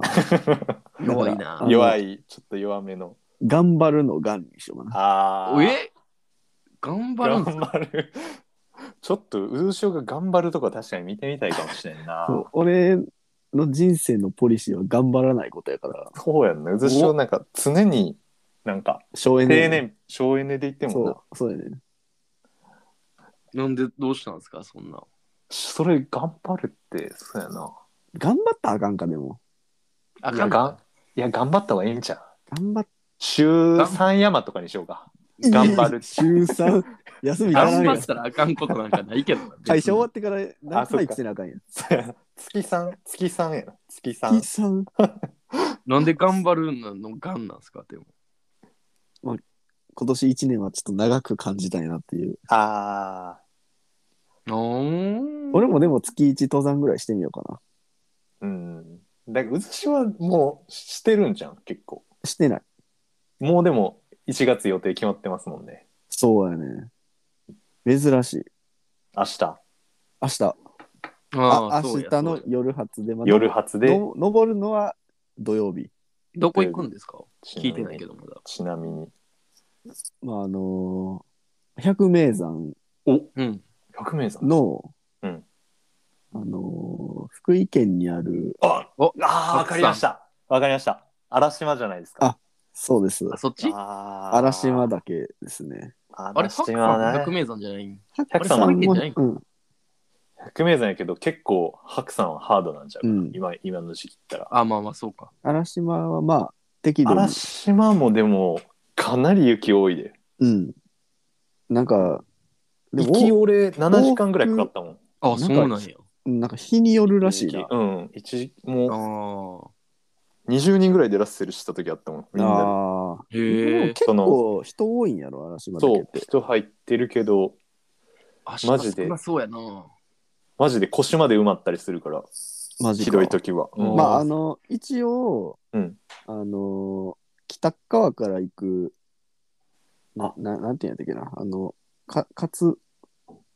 Speaker 2: 弱いな
Speaker 1: あの
Speaker 3: 弱い、ちょっと弱めの。
Speaker 1: 頑張るのがんにしようかな。
Speaker 3: ああ。
Speaker 2: え頑張る
Speaker 3: 頑
Speaker 2: んですか
Speaker 3: 張る。 (laughs) ちょっと、うずしおが頑張るとこ確かに見てみたいかもしれんな。
Speaker 1: そう俺の人生のポリシーは頑張らないことやから、
Speaker 3: そうやんな。うずしおなんか常になんか
Speaker 1: 省エネ。
Speaker 3: 定年、省エネで言っても
Speaker 1: そ
Speaker 3: な
Speaker 1: う。、そうやね。
Speaker 2: なんでどうしたんですかそんな。
Speaker 3: それ頑張るって、そうやな。
Speaker 1: 頑張ったらあかんか、でも。
Speaker 2: あ
Speaker 3: いや
Speaker 2: かん
Speaker 3: がんいや、頑張った方がいいんちゃう
Speaker 1: 頑張っ
Speaker 3: 週3山とかにしようか。頑張る
Speaker 1: 週3、休みいらな
Speaker 2: 頑
Speaker 1: いや
Speaker 2: 張
Speaker 1: ん
Speaker 2: ったらあかんことなんかないけど (laughs) な。
Speaker 1: 会社終わってから何
Speaker 3: あそっ
Speaker 1: 回
Speaker 3: か
Speaker 1: 来てなあかんやん。
Speaker 3: そうやな (laughs) 月3、月3やな。月
Speaker 1: 月
Speaker 3: 3。
Speaker 1: 3、
Speaker 2: なんで頑張るのがんなんですかでも。
Speaker 1: 今年1年はちょっと長く感じたいなっていう。
Speaker 3: あ
Speaker 2: 俺
Speaker 1: 俺もでも月1登山ぐらいしてみようかな。
Speaker 3: ー。うん。だから、うずしおはもうしてるんじゃん、結構。
Speaker 1: してない。
Speaker 3: もうでも、1月予定決まってますもんね。
Speaker 1: そうやね。珍しい。
Speaker 3: 明日、
Speaker 1: 明日、
Speaker 2: あ
Speaker 1: あ
Speaker 2: あそ
Speaker 1: 明
Speaker 2: うや
Speaker 1: 日
Speaker 2: そ
Speaker 1: の
Speaker 2: うや
Speaker 1: 夜発でまた
Speaker 3: 夜発で、
Speaker 1: の登るのは土曜日。
Speaker 2: どこ行くんですか
Speaker 3: ち
Speaker 2: 聞いて
Speaker 3: な
Speaker 2: な
Speaker 3: み
Speaker 2: いけ
Speaker 3: に
Speaker 2: どまだ。
Speaker 3: ちなみに。
Speaker 1: まああのー百名山
Speaker 2: うん。
Speaker 3: 100名さん。
Speaker 1: の、
Speaker 3: うん
Speaker 1: あのー福井県にある
Speaker 3: あ
Speaker 2: お
Speaker 3: あー、わかりました。わかりました。嵐島じゃないですか。
Speaker 1: そうです
Speaker 2: あそっち
Speaker 3: あー
Speaker 1: 嵐島。岳ですね。
Speaker 2: あれ、ハ
Speaker 3: 嵐
Speaker 2: ック
Speaker 3: 島
Speaker 2: さん
Speaker 3: ね
Speaker 2: 百。名山じゃないん
Speaker 3: 百
Speaker 2: さんは
Speaker 1: も
Speaker 2: あれ
Speaker 1: うん、
Speaker 3: 百名山やけど、結構、白さんはハードなんちゃうか
Speaker 1: うん
Speaker 3: 今、今の時期言ったら。
Speaker 2: あ、まあまあそうか。
Speaker 1: 嵐島はまあ適度に、
Speaker 3: 嵐島もでも、かなり雪多いで。
Speaker 1: うん、なんかで
Speaker 3: 行き
Speaker 1: も
Speaker 3: 俺、7時間ぐらいかかったもん。
Speaker 2: あ、
Speaker 1: なん
Speaker 2: そ
Speaker 1: か
Speaker 2: うなんや。
Speaker 1: なんか日によるらしいな。
Speaker 3: うん。一時、も
Speaker 2: ああ。
Speaker 3: う、20人ぐらいでラッセルした時あったもん。みんなで。
Speaker 1: ああでも
Speaker 2: へえ。
Speaker 1: 結構人多いんやろ嵐島岳
Speaker 3: そ
Speaker 1: っ
Speaker 3: う、
Speaker 1: て。
Speaker 3: 人入ってるけど、マ
Speaker 2: マ
Speaker 3: ジ
Speaker 2: ジ
Speaker 3: で
Speaker 2: で。少なそうやな。
Speaker 3: マジで腰まで埋まったりするから、
Speaker 1: マジか
Speaker 3: ひどい時は。
Speaker 2: うん
Speaker 1: まああの一応、
Speaker 3: うん
Speaker 1: あの北川から行くな
Speaker 3: あ
Speaker 1: ななんていうんやったっけなあのか勝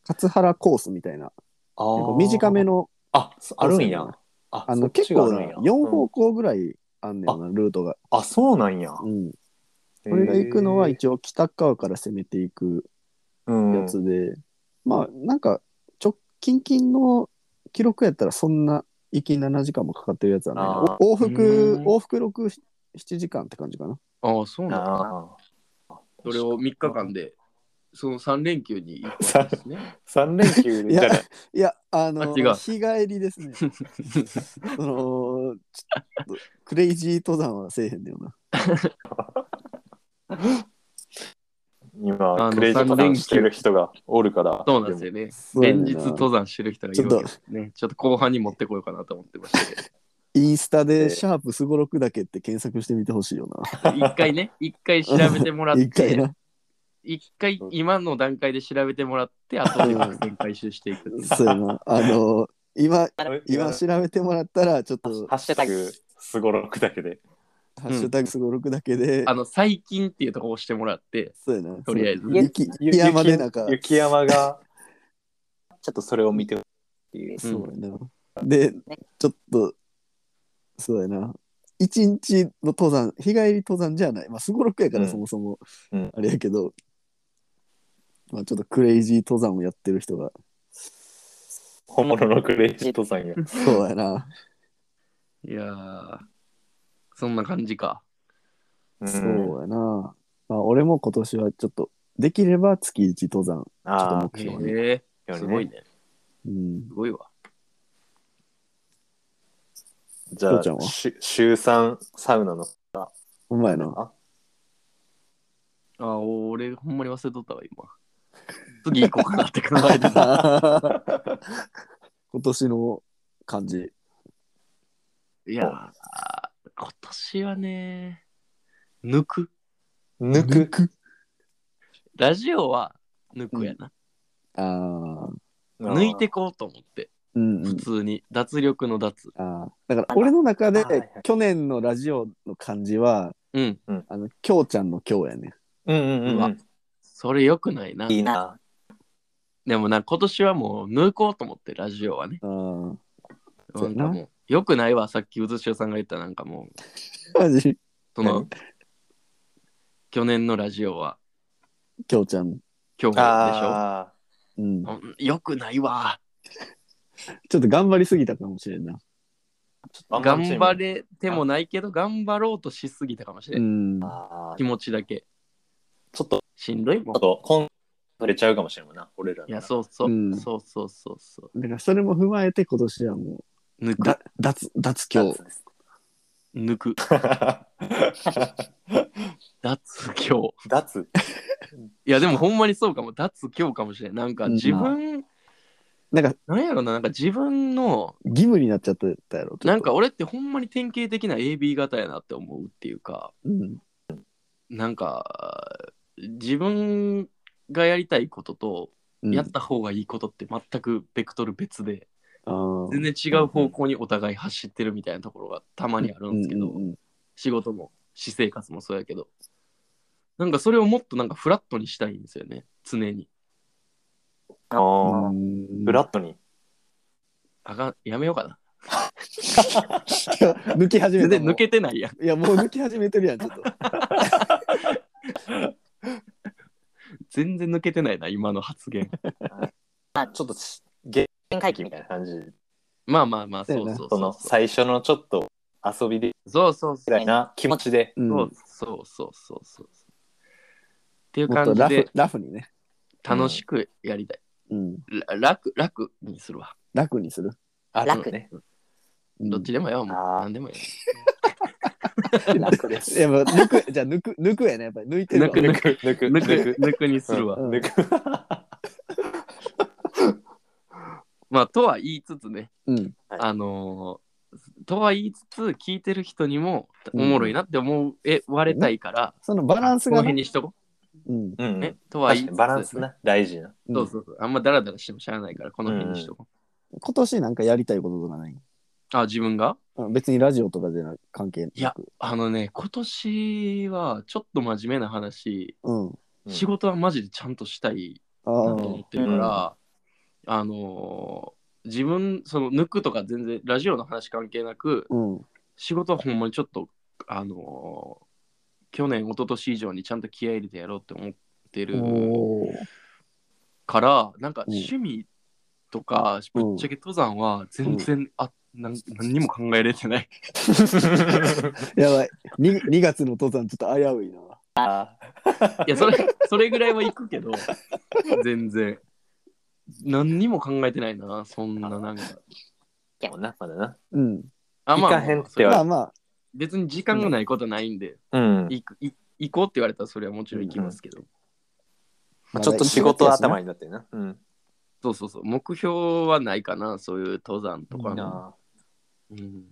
Speaker 1: 勝原コースみたいな
Speaker 3: あ
Speaker 1: 結構
Speaker 3: ー
Speaker 1: 短めの
Speaker 3: あ、そあるんや
Speaker 1: コース。
Speaker 3: あ
Speaker 1: あ
Speaker 3: そ
Speaker 1: の
Speaker 3: っち
Speaker 1: 結
Speaker 3: があ
Speaker 1: 構
Speaker 3: るん
Speaker 1: な
Speaker 3: や
Speaker 1: 4方向ぐらいあんねんな、ルートが、
Speaker 3: うんあ、そうなんや。
Speaker 1: うん、これが行くのは一応北川から攻めていく
Speaker 3: 応
Speaker 1: やつで、まあなんか直近近の記録やったらそんな行き7時間もかかってるやつはないな
Speaker 3: あ
Speaker 1: お往復
Speaker 2: うん
Speaker 1: 往復67時間って感じかな
Speaker 2: ああ、そうなんや。
Speaker 3: あ
Speaker 2: それを3日間で、その3連休に行くわけです (laughs) ね。
Speaker 3: 3連休
Speaker 1: い
Speaker 3: じゃな
Speaker 1: や
Speaker 3: い。、
Speaker 1: いや、あの、
Speaker 2: あ違う
Speaker 1: 日帰りです
Speaker 2: (laughs)
Speaker 1: ね。その、ちょっと、クレイジー登山はせえへんだよな。
Speaker 3: 今、
Speaker 1: (laughs)
Speaker 2: の
Speaker 3: クレイジー登山してる人がおるから。
Speaker 2: そうなんですよね。
Speaker 1: そうやね
Speaker 2: 連
Speaker 1: ん
Speaker 2: 日
Speaker 1: な
Speaker 2: 登山してる人がいるわけですね。ちょっと後半に持ってこようかなと思ってましたけど。
Speaker 1: インスタで、シャープすごろくだけって検索してみてほしいよ
Speaker 2: 一回ね、一回調べてもら
Speaker 1: な。(laughs)
Speaker 2: っ
Speaker 1: 一回
Speaker 2: て、
Speaker 1: な。
Speaker 2: 一回今の段階で調べてもらって、後で伏線回収していくっていう。
Speaker 1: そうやな。あの、今、
Speaker 3: でも
Speaker 1: 今調べてもらったら、ちょっと、
Speaker 3: ハッシュタグ、すごろくだけで。
Speaker 1: ハッシュタグすごろくだけで
Speaker 2: あ、の、最近っていうとこ押してもらって、
Speaker 1: そうやな。
Speaker 2: とりあえず
Speaker 1: そう雪雪山でなんか、
Speaker 3: 雪山が、ちょっとそれを見てっていう。
Speaker 1: そうやな。で、ちょっと、そうやな。一日の登山、日帰り登山じゃない。まあ、すごろくやから
Speaker 3: うん
Speaker 1: そもそも、
Speaker 3: うん
Speaker 1: あれやけど、まあ、ちょっとクレイジー登山をやってる人が、
Speaker 3: 本物のクレイジー登山や。
Speaker 1: そうやな。
Speaker 2: いやー、そんな感じか。
Speaker 3: うん
Speaker 1: そうやな。まあ、俺も今年はちょっと、できれば月一登山。
Speaker 3: あ
Speaker 1: ちょっと
Speaker 2: へ
Speaker 1: 目
Speaker 2: え
Speaker 3: あ、
Speaker 2: すごい
Speaker 3: ね。
Speaker 2: ね。
Speaker 1: うん
Speaker 2: す。ごいわ。
Speaker 3: じ
Speaker 1: こ
Speaker 3: ゃ
Speaker 1: うちゃんは
Speaker 3: あ、し週3サウナの。
Speaker 1: お前な。
Speaker 2: あー、俺、ほんまに忘れとったわ、今。次行こうかなって考えてた。
Speaker 1: (laughs) 今年の感じ。
Speaker 2: いやー、今年はね、抜く。
Speaker 3: 抜く。
Speaker 2: ラジオは抜くやな。
Speaker 1: ああ。
Speaker 2: 抜いてこうと思って。
Speaker 1: うんう
Speaker 2: 普
Speaker 1: ん。
Speaker 2: 通に。脱力の脱。
Speaker 1: ああ。だから、俺の中で
Speaker 3: はいはい、
Speaker 1: 去年のラジオの感じは、
Speaker 2: うん。
Speaker 1: あの、きょうちゃんのきょうやね。
Speaker 3: うんうんうん
Speaker 2: うわそれよくないな。
Speaker 3: いいな。
Speaker 2: でもな、今年はもう抜こうと思って、ラジオはね。
Speaker 1: うん。そう
Speaker 2: な
Speaker 1: んやな
Speaker 2: かもう、よくないわ、さっきうずしおさんが言った、なんかもう、
Speaker 1: マジ、
Speaker 2: その、去年のラジオは、
Speaker 1: きょうちゃん。
Speaker 2: 今日でしょ
Speaker 3: あ
Speaker 1: うん。
Speaker 2: うん。よくないわ。
Speaker 1: ちょっと頑張りすぎたかもしれんな。
Speaker 3: あ。
Speaker 2: 頑張。れてもないけど、頑張ろうとしすぎたかもしれ。
Speaker 1: うんん。
Speaker 3: ああ
Speaker 2: 気。持ちだけ。
Speaker 3: ちょっと、ち
Speaker 2: しんどいも
Speaker 3: ょ
Speaker 2: ん
Speaker 3: っ。と、こん、触れちゃうかもしれないな、俺らの。
Speaker 2: いや、そうそう。
Speaker 1: うん
Speaker 2: そうそうそうそ
Speaker 1: だから、それも踏まえて、今年はも
Speaker 2: う。抜
Speaker 1: う、
Speaker 2: く。
Speaker 1: だ脱、脱教。
Speaker 2: 抜く。
Speaker 3: 脱。
Speaker 2: 脱強。
Speaker 3: 脱。
Speaker 2: いや、でもほんまにそうかも。脱強かもしれん。なんか
Speaker 1: うん
Speaker 2: 自分、
Speaker 1: なんか、
Speaker 2: なんやろな、なんか自分の、
Speaker 1: 義務になっちゃったやろ。ちょっと
Speaker 2: なん、か俺ってほんまに典型的な AB 型やなって思うっていうか、
Speaker 1: うん。
Speaker 2: なんか、自分がやりたいことと、
Speaker 1: うん
Speaker 2: やった方がいいことって全くベクトル別で、
Speaker 1: あー
Speaker 2: 全然違う方向にお互い走ってるみたいなところがたまにあるんですけど、
Speaker 1: うんうんうん
Speaker 2: 仕事も私生活もそうやけどなんかそれをもっとなんかフラットにしたいんですよね常に
Speaker 3: ああ
Speaker 1: う。ん
Speaker 3: フラットに。
Speaker 2: あかんやめようかな
Speaker 1: (laughs) 抜き始め
Speaker 2: 全
Speaker 1: て
Speaker 2: 然抜けてないやん
Speaker 1: いやもう抜き始めてるやんちょっと
Speaker 2: (laughs) 全然抜けてないな今の発言
Speaker 3: あちょっとし、原点回帰みたいな感じ。
Speaker 2: (laughs) まあまあまあそうそう
Speaker 3: そ
Speaker 2: そ
Speaker 3: の、
Speaker 2: うそう
Speaker 3: 最初のちょっと遊びで、
Speaker 2: そうそう
Speaker 3: みた
Speaker 2: そう
Speaker 3: いな気持ちで。
Speaker 1: うん
Speaker 2: そ
Speaker 1: も
Speaker 2: うそうそうそうそうっていう
Speaker 1: っと
Speaker 2: 感
Speaker 1: ラ
Speaker 2: じ
Speaker 1: フ
Speaker 2: で
Speaker 1: ラフにね、
Speaker 2: 楽しくやりたい、
Speaker 1: うん、
Speaker 2: ら楽楽にするわ、
Speaker 1: 楽にする、
Speaker 3: あ
Speaker 2: 楽ね
Speaker 3: ね。
Speaker 1: うん
Speaker 2: どっちでもよもう
Speaker 3: あー
Speaker 2: 何でもよ
Speaker 3: 楽で (laughs)
Speaker 1: いやっぱ抜くじ (laughs) ゃあ抜く抜くやねやっぱり抜いてるわ
Speaker 2: 抜く
Speaker 3: 抜く、抜く、
Speaker 2: 抜 (laughs) く抜くにするわ、
Speaker 1: うん
Speaker 3: 抜く。
Speaker 2: まあとは言いつつね
Speaker 1: うん
Speaker 3: はい
Speaker 2: あのーとは言いつつ聞いてる人にも
Speaker 1: うん
Speaker 2: おもろいなって思うえ割れたいから、
Speaker 1: そのバランス
Speaker 2: この
Speaker 1: が
Speaker 2: 辺
Speaker 1: ね、
Speaker 2: にしとこ
Speaker 1: うん、
Speaker 3: (laughs) う
Speaker 2: う、ね
Speaker 3: ん。
Speaker 2: とは言
Speaker 3: 確
Speaker 2: いつつ
Speaker 3: かにバランスな、大事な。
Speaker 2: そうそうそうあんまダラダラしてもしゃあないからこの辺にしとこ
Speaker 1: 今年なんかやりたいこととかない
Speaker 2: あ自分が
Speaker 1: うん別にラジオとかじゃな関係なく
Speaker 2: いやあのね今年はちょっと真面目な話、
Speaker 1: うん
Speaker 3: うん
Speaker 2: 仕事はマジでちゃんとしたい
Speaker 1: あ
Speaker 2: なと
Speaker 1: ー
Speaker 2: 思ってるから、あのー自分その抜くとか全然ラジオの話関係なく
Speaker 1: うん
Speaker 2: 仕事はほんまにちょっとあのー去年一昨年以上にちゃんと気合い入れてやろうって思ってる
Speaker 1: おー
Speaker 2: からなんか
Speaker 1: うん
Speaker 2: 趣味とか、
Speaker 1: うん
Speaker 2: ぶっちゃけ登山は全然、あなん何にも考えれてない
Speaker 1: やばい 2, 2月の登山ちょっと危ういな
Speaker 3: (laughs) あ
Speaker 2: いやそれそれぐらいは行くけど全然何にも考えてないなそんななんか
Speaker 3: ーもうな、まだな。
Speaker 1: うん
Speaker 2: あまあ
Speaker 3: 行かへんって
Speaker 2: それ
Speaker 3: は
Speaker 1: ま
Speaker 2: は
Speaker 1: あま
Speaker 2: 別に時間がないことはないんで、
Speaker 3: うん。
Speaker 2: 行くい行こうって言われたらそれはもちろん行きますけど、
Speaker 1: あ
Speaker 3: ちょっと仕事頭
Speaker 1: に
Speaker 3: になってるな。うん。
Speaker 2: そうそうそう目標はないかなそういう登山とか
Speaker 1: いい
Speaker 2: の、
Speaker 1: な
Speaker 3: あ
Speaker 2: うん、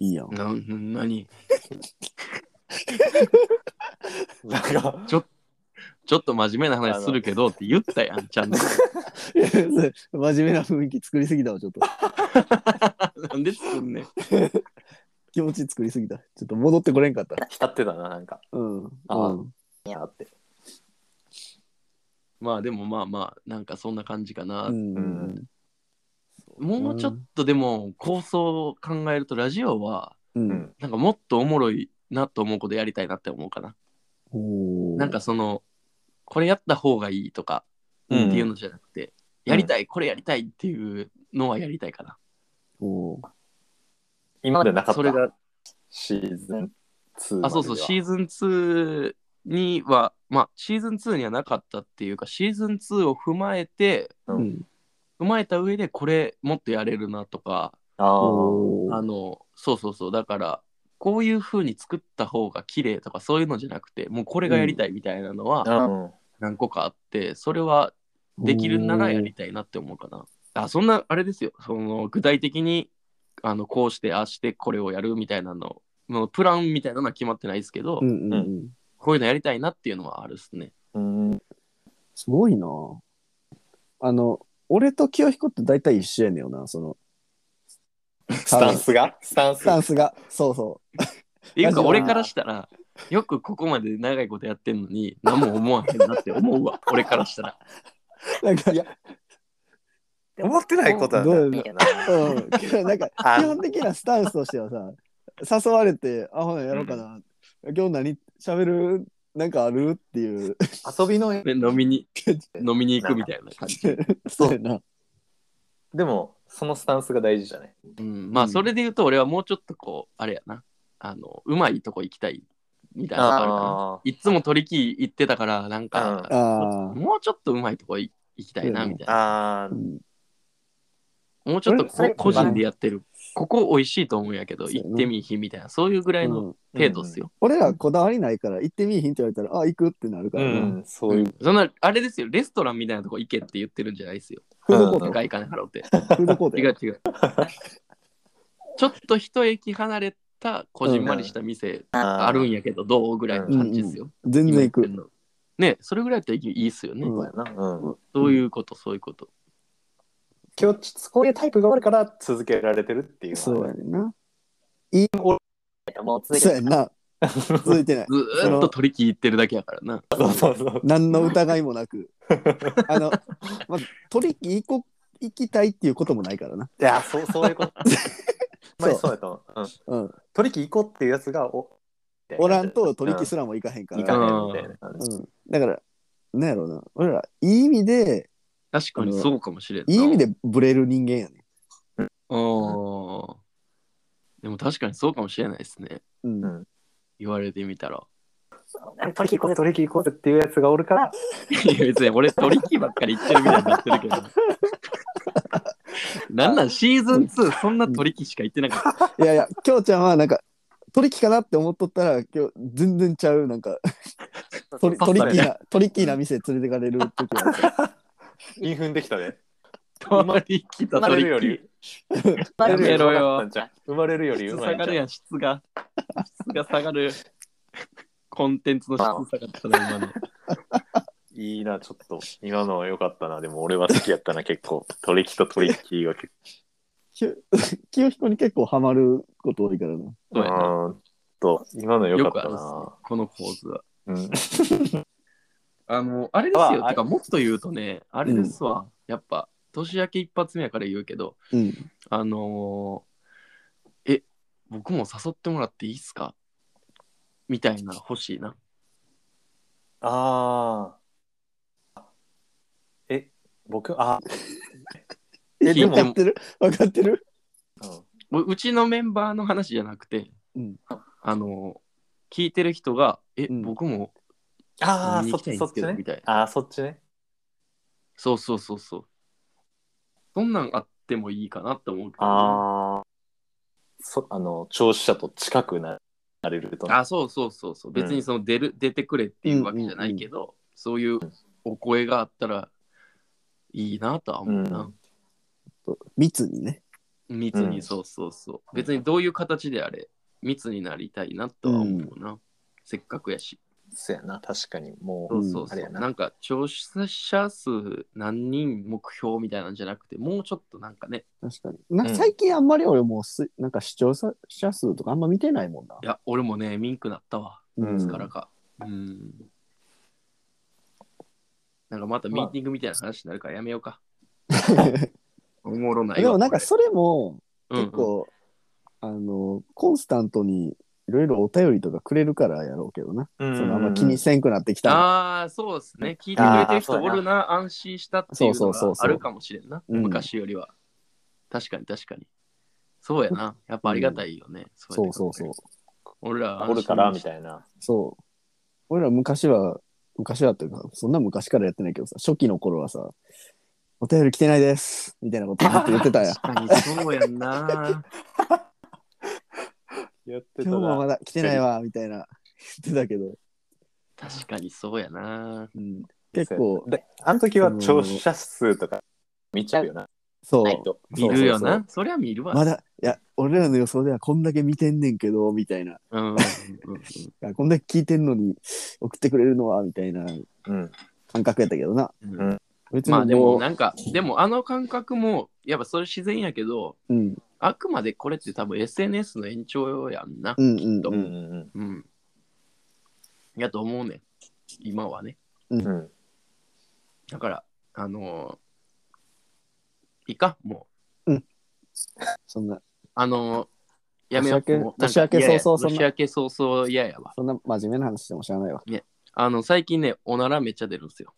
Speaker 1: いいやん
Speaker 2: なな何
Speaker 3: ーなんか、
Speaker 2: ちょっと真面目な話するけどって言ったやんちゃ
Speaker 3: (laughs)
Speaker 2: んと
Speaker 1: い (laughs) やそれ真面目な雰囲気作りすぎたわちょっと
Speaker 2: なんで作んねん
Speaker 1: 気持ち作りすぎたちょっと戻ってこれんかった
Speaker 3: 浸ってたな、なんか。
Speaker 1: うんうん
Speaker 3: あーいやーって。
Speaker 2: まあでもまあまあなんかそんな感じかな、
Speaker 1: うん
Speaker 2: もうちょっとでも構想を考えるとラジオは
Speaker 1: うん
Speaker 2: なんかもっとおもろいなと思うことやりたいなって思うかな、
Speaker 1: おー
Speaker 2: なんかそのこれやった方がいいとかって
Speaker 3: うん
Speaker 2: いうのじゃなくて、やりたいこれやりたいっていうのはやりたいかな、
Speaker 1: おー
Speaker 3: 今までなかった。
Speaker 2: それが
Speaker 3: シーズン2。
Speaker 2: あそうそうシーズン2にはまあシーズン2にはなかったっていうかシーズン2を踏まえて
Speaker 3: うん
Speaker 1: うん
Speaker 2: 踏まえた上でこれもっとやれるなとか
Speaker 3: あー
Speaker 1: お
Speaker 2: あ
Speaker 1: ー
Speaker 2: のそうそうそうだからこういう風に作った方が綺麗とかそういうのじゃなくてもうこれがやりたいみたいなのは
Speaker 3: うん。
Speaker 2: 何個かあって、それはできるならやりたいなって思うかなあそんなあれですよその具体的にあのこうしてああしてこれをやるみたいなのもうプランみたいなのは決まってないですけど、
Speaker 1: うんうんうん
Speaker 2: こういうのやりたいなっていうのはあるっすね
Speaker 3: うん。
Speaker 1: すごいな。あの、俺と清彦って大体一緒やねんよな、その。
Speaker 3: スタンスがスタン
Speaker 1: ス
Speaker 3: ス
Speaker 1: タンスが、そうそ
Speaker 2: っていう
Speaker 1: マジ
Speaker 2: か
Speaker 1: な
Speaker 2: 俺からしたらよくここまで長いことやってんのに何も思わへんなって思うわ俺からしたら (laughs)
Speaker 1: う。なんか、
Speaker 3: いや思ってないこと
Speaker 1: どう
Speaker 3: なん
Speaker 1: や
Speaker 3: だ
Speaker 1: ろうう
Speaker 3: よな。
Speaker 1: ん、けどなんか、
Speaker 3: あ
Speaker 1: 基本的なスタンスとしてはさ、誘われて、あ、ほなやろうかな。今日何喋るなんかあるっていう。
Speaker 3: 遊びの
Speaker 2: で飲みに (laughs) 飲みに行くみたいな感じ、
Speaker 1: (laughs) そうやな。
Speaker 3: でもそのスタンスが大事じゃない
Speaker 2: うん、まあそれで言うと俺はもうちょっとこうあれやなあのうまいとこ行きたいみたいなのがあるかな
Speaker 3: あ
Speaker 2: いつも取り木行ってたからなんか
Speaker 1: ああ。
Speaker 2: もうちょっとうまいとこ行きたいなみたい
Speaker 3: ー
Speaker 2: な
Speaker 3: あ
Speaker 1: う
Speaker 3: ー
Speaker 1: ん
Speaker 2: もうちょっとこ
Speaker 3: それ
Speaker 2: 個人でやってる。ここ美味しいと思うんやけど、
Speaker 1: そうやな
Speaker 2: 行ってみいひんみたいな、そういうぐらいの
Speaker 1: うん
Speaker 2: 程度っすよ。
Speaker 1: 俺らこだわりないから行ってみいひんって言われたら、あ、行くってなるか
Speaker 3: う
Speaker 1: らな。
Speaker 3: ん、そういう、
Speaker 2: そんな、あれですよ、レストランみたいなとこ行けって言ってるんじゃないですよ。
Speaker 1: フードコー
Speaker 3: うん
Speaker 2: 高い金払って。
Speaker 1: ト、フードコート
Speaker 2: 違
Speaker 1: や。
Speaker 2: う違う。ちょっと一駅離れた、こじんまりした店あるん
Speaker 3: や
Speaker 2: やけど、どうぐらいの感じですよ。
Speaker 1: 全然行
Speaker 2: 今言って
Speaker 1: く。
Speaker 2: んのね、それぐらいだったらいいっすよね。
Speaker 1: うん
Speaker 3: な、うん、
Speaker 2: そういうこと、そういうこと。
Speaker 3: 今日こういうタイプがあるから続けられてるっていう
Speaker 1: そうやねんな。
Speaker 3: もう続
Speaker 1: そうやんな。続いてない。
Speaker 2: ずーっと取り木行ってるだけやからな。
Speaker 3: そうそうそう
Speaker 1: 何の疑いもな
Speaker 3: (laughs)
Speaker 1: く。あの、まず、取引行こ行きたいっていうこともないからな。
Speaker 3: いやそうそういうこと前そうやと思う、うん、
Speaker 1: うん。
Speaker 3: 取引行こうっていうやつがお
Speaker 1: おらんと取
Speaker 3: う
Speaker 1: 引すらも行かへんから。
Speaker 3: 行かへんみたいな感じ
Speaker 1: うん、だから、なんやろうな、俺ら、いい意味で、
Speaker 2: 確かにそうかもしれんない
Speaker 1: い意味でブレる人間やね。
Speaker 2: あーでも確かにそうかもしれないですね。
Speaker 1: うん。
Speaker 3: うん
Speaker 2: 言われてみたら。
Speaker 3: 取引行こうぜ取引行こうぜっていうやつがおるから
Speaker 2: いや別に俺トリッキーばっかり言ってるみたいになって (laughs) るけど。なんなんシーズン2そんなトリキしか言ってなかった。
Speaker 1: いやいや、きょうちゃんは、なんか、取引かなって思っとったら、今日、全然ちゃう、なんか、トリ
Speaker 2: パ
Speaker 1: ト
Speaker 2: ス
Speaker 1: リ
Speaker 2: タ
Speaker 1: ッキーな、トリッキーな店連れてかれる時は、
Speaker 3: インフンできたで
Speaker 2: トリキと
Speaker 3: 生ま
Speaker 2: トリ
Speaker 3: れるよ
Speaker 2: キ
Speaker 3: り。
Speaker 2: やめろよ
Speaker 3: うまかったんちゃう生まれるより
Speaker 2: 質
Speaker 3: うま
Speaker 2: 下
Speaker 3: いんち
Speaker 2: が
Speaker 3: ゃう
Speaker 2: るやん、質が。質が下がる。コンテンツの質下がったな、今の。
Speaker 3: いいなちょっと今のは良かったなでも俺は好きやったな結 (laughs) 構取引と取引は結
Speaker 1: きゅ清彦に結構ハマること多いからな。
Speaker 2: そう
Speaker 3: 構
Speaker 2: やな
Speaker 3: うーんと今の良か
Speaker 2: よ
Speaker 3: っ
Speaker 2: くあ
Speaker 3: た
Speaker 2: るっすね
Speaker 3: な、
Speaker 2: このポーズは。
Speaker 3: うん
Speaker 2: あの、あれですよ。
Speaker 3: あ
Speaker 2: てか、もっと言うとね、あれですわ。やっぱ、年明け一発目やから言うけど、
Speaker 1: うん。
Speaker 2: あのーえ、僕も誘ってもらっていいっすかみたいな、欲しいな。
Speaker 3: (laughs) ああ。え、僕、あ、
Speaker 1: え、
Speaker 3: えで
Speaker 1: 分
Speaker 3: も
Speaker 1: かってる分かってる
Speaker 3: うん
Speaker 2: ううちのメンバーの話じゃなくて、
Speaker 1: うん
Speaker 2: あのー聞いてる人が、え、
Speaker 1: うん
Speaker 2: 僕も
Speaker 3: あ
Speaker 2: 飲
Speaker 3: ー
Speaker 2: みに
Speaker 3: そ
Speaker 2: 行きたいんで
Speaker 3: っち、そっ
Speaker 2: すけ
Speaker 3: ち
Speaker 2: ど、
Speaker 3: ね
Speaker 2: み。たいな。
Speaker 3: あーそっちね。
Speaker 2: そうそうそうそう。そんなんあってもいいかなって思うけどね、
Speaker 3: ああ。そ、あの、聴取者と近くななれると。
Speaker 2: あそうそうそうそう。別にその出る、出てくれっていうわけじゃないけど、そういうお声があったらいいなとは思うな。
Speaker 3: うん
Speaker 1: 密にね。
Speaker 2: 密に、
Speaker 3: うん
Speaker 2: そうそうそう。別にどういう形であれ、密になりたいなとは思うな。せっかくやし。
Speaker 3: そうやな、確かに。も
Speaker 2: そううんそう
Speaker 3: あ
Speaker 2: そう。
Speaker 3: れやな
Speaker 2: なんか、聴取者数何人目標みたいなんじゃなくて、もうちょっとなんかね、
Speaker 1: 確かに。な
Speaker 3: うん
Speaker 1: 最近あんまり俺もうす、なんか視聴者数とかあんま見てないもんな。
Speaker 2: いや、俺もね、ミンクなったわ。
Speaker 1: う
Speaker 3: う
Speaker 1: (laughs)
Speaker 3: ん
Speaker 2: いつ
Speaker 1: ん
Speaker 2: からか。うん。なんかまたミーティングみたいな話になるからやめようか。おもろない
Speaker 1: で
Speaker 2: わ。
Speaker 1: もなんか
Speaker 2: こ
Speaker 1: それも
Speaker 2: れ
Speaker 1: 結、構、あのコンスタントにいろいろお便りとかくれるからやろうけどな、
Speaker 3: う、うん
Speaker 1: そのあんま気にせんくなってきたな
Speaker 2: ああー、そうですね。聞いてくれてる人
Speaker 3: あーそう
Speaker 2: お
Speaker 3: やな
Speaker 2: るな、安心したっていう
Speaker 1: そ
Speaker 2: の
Speaker 1: うそうそう
Speaker 2: が
Speaker 1: そう
Speaker 2: あるかもしれんな、
Speaker 1: うん
Speaker 2: 昔よりは。確かに確かに。そうやな。やっぱありがたいよね。
Speaker 1: そ
Speaker 2: や
Speaker 1: う
Speaker 2: って
Speaker 1: そうそう
Speaker 2: 俺ら
Speaker 3: おるから、み
Speaker 2: い
Speaker 3: たいな。
Speaker 1: そう俺ら昔は昔はというかそんな昔からやってないけどさ初期の頃はさ「お便り来てないです」みたいなことずっと言って
Speaker 2: (laughs)
Speaker 1: たんや
Speaker 2: 確かにそうや
Speaker 1: (laughs)
Speaker 2: んな。
Speaker 3: やって
Speaker 1: 今日もまだ来てないわみたいな言ってたけど、
Speaker 2: 確かにそうやな。
Speaker 1: うん、結構
Speaker 3: で、あの時は聴取者数とか見ちゃうよな。
Speaker 1: そう
Speaker 3: ないと。
Speaker 2: 見るよ
Speaker 1: そうそうそう
Speaker 2: な。そりゃ見るわ。
Speaker 1: まだいや俺らの予想ではこんだけ見てんねんけどみたいな
Speaker 2: うんうんうんうん
Speaker 1: あこんだけ聞いてんのに送ってくれるのはみたいな
Speaker 3: うん。
Speaker 1: 感覚やったけどな。
Speaker 2: うん
Speaker 1: 別に
Speaker 2: まあでも、なんかでもあの感覚もやっぱそれ自然やけど
Speaker 1: うん、
Speaker 2: あくまでこれって多分 SNS の延長やんな
Speaker 1: うん、うん
Speaker 2: と
Speaker 3: うんうん
Speaker 2: うんやと思うねん今はね
Speaker 3: うんうん
Speaker 2: だからあのーいいかもう
Speaker 1: そんな、
Speaker 2: あのーやめ
Speaker 1: 年
Speaker 2: よ
Speaker 1: 明け
Speaker 2: うもうなんか
Speaker 1: 年明け
Speaker 2: いやいや
Speaker 1: 早々そんな
Speaker 2: 年明け早々嫌やわ
Speaker 1: そんな真面目な話しても知らないわ。 (laughs)
Speaker 2: あの最近ねおならめっちゃ出るんですよ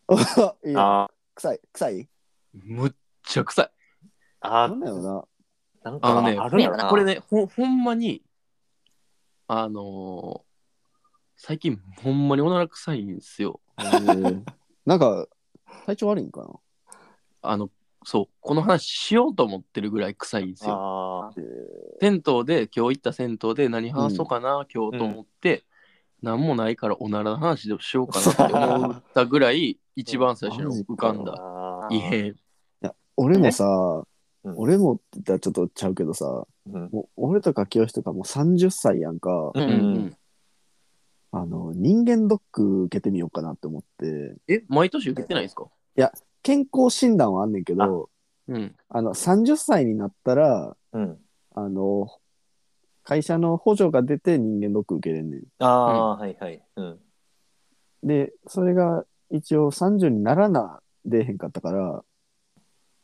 Speaker 1: いいよ
Speaker 3: あ
Speaker 1: 臭い、臭い
Speaker 2: むっちゃ臭い
Speaker 3: ーあ
Speaker 1: なんだよな。
Speaker 3: ーなん
Speaker 2: あの
Speaker 3: か
Speaker 2: ね
Speaker 3: あるやろな
Speaker 2: これねほほんまにあのー最近ほんまにおなら臭いんですよ
Speaker 1: なんか、体調悪いんかな。
Speaker 2: あのそうこの話しようと思ってるぐらい臭いんですよ
Speaker 3: あー
Speaker 2: 銭湯で今日行った銭湯で何話そうかな、今日と思って、何もないからおならの話でもしようかなって思ったぐらい一番最初に浮かんだ
Speaker 3: あー
Speaker 2: 異変
Speaker 1: 俺もさ、
Speaker 3: うん
Speaker 1: 俺もって言ったらちょっとちゃうけどさ、
Speaker 3: うん
Speaker 1: もう俺とか清志とかもう30歳やんか、
Speaker 3: うん
Speaker 2: うん
Speaker 1: あの、人間ドック受けてみようかなって思って、
Speaker 2: え毎年受けてないですか
Speaker 1: 健康診断はあんねんけど、
Speaker 2: うん
Speaker 1: あの、30歳になったら、
Speaker 3: うん
Speaker 1: あの、会社の補助が出て人間ドック受けれんねん。
Speaker 3: あーはいはいうん
Speaker 1: で、それが一応30にならな出えへんかったから、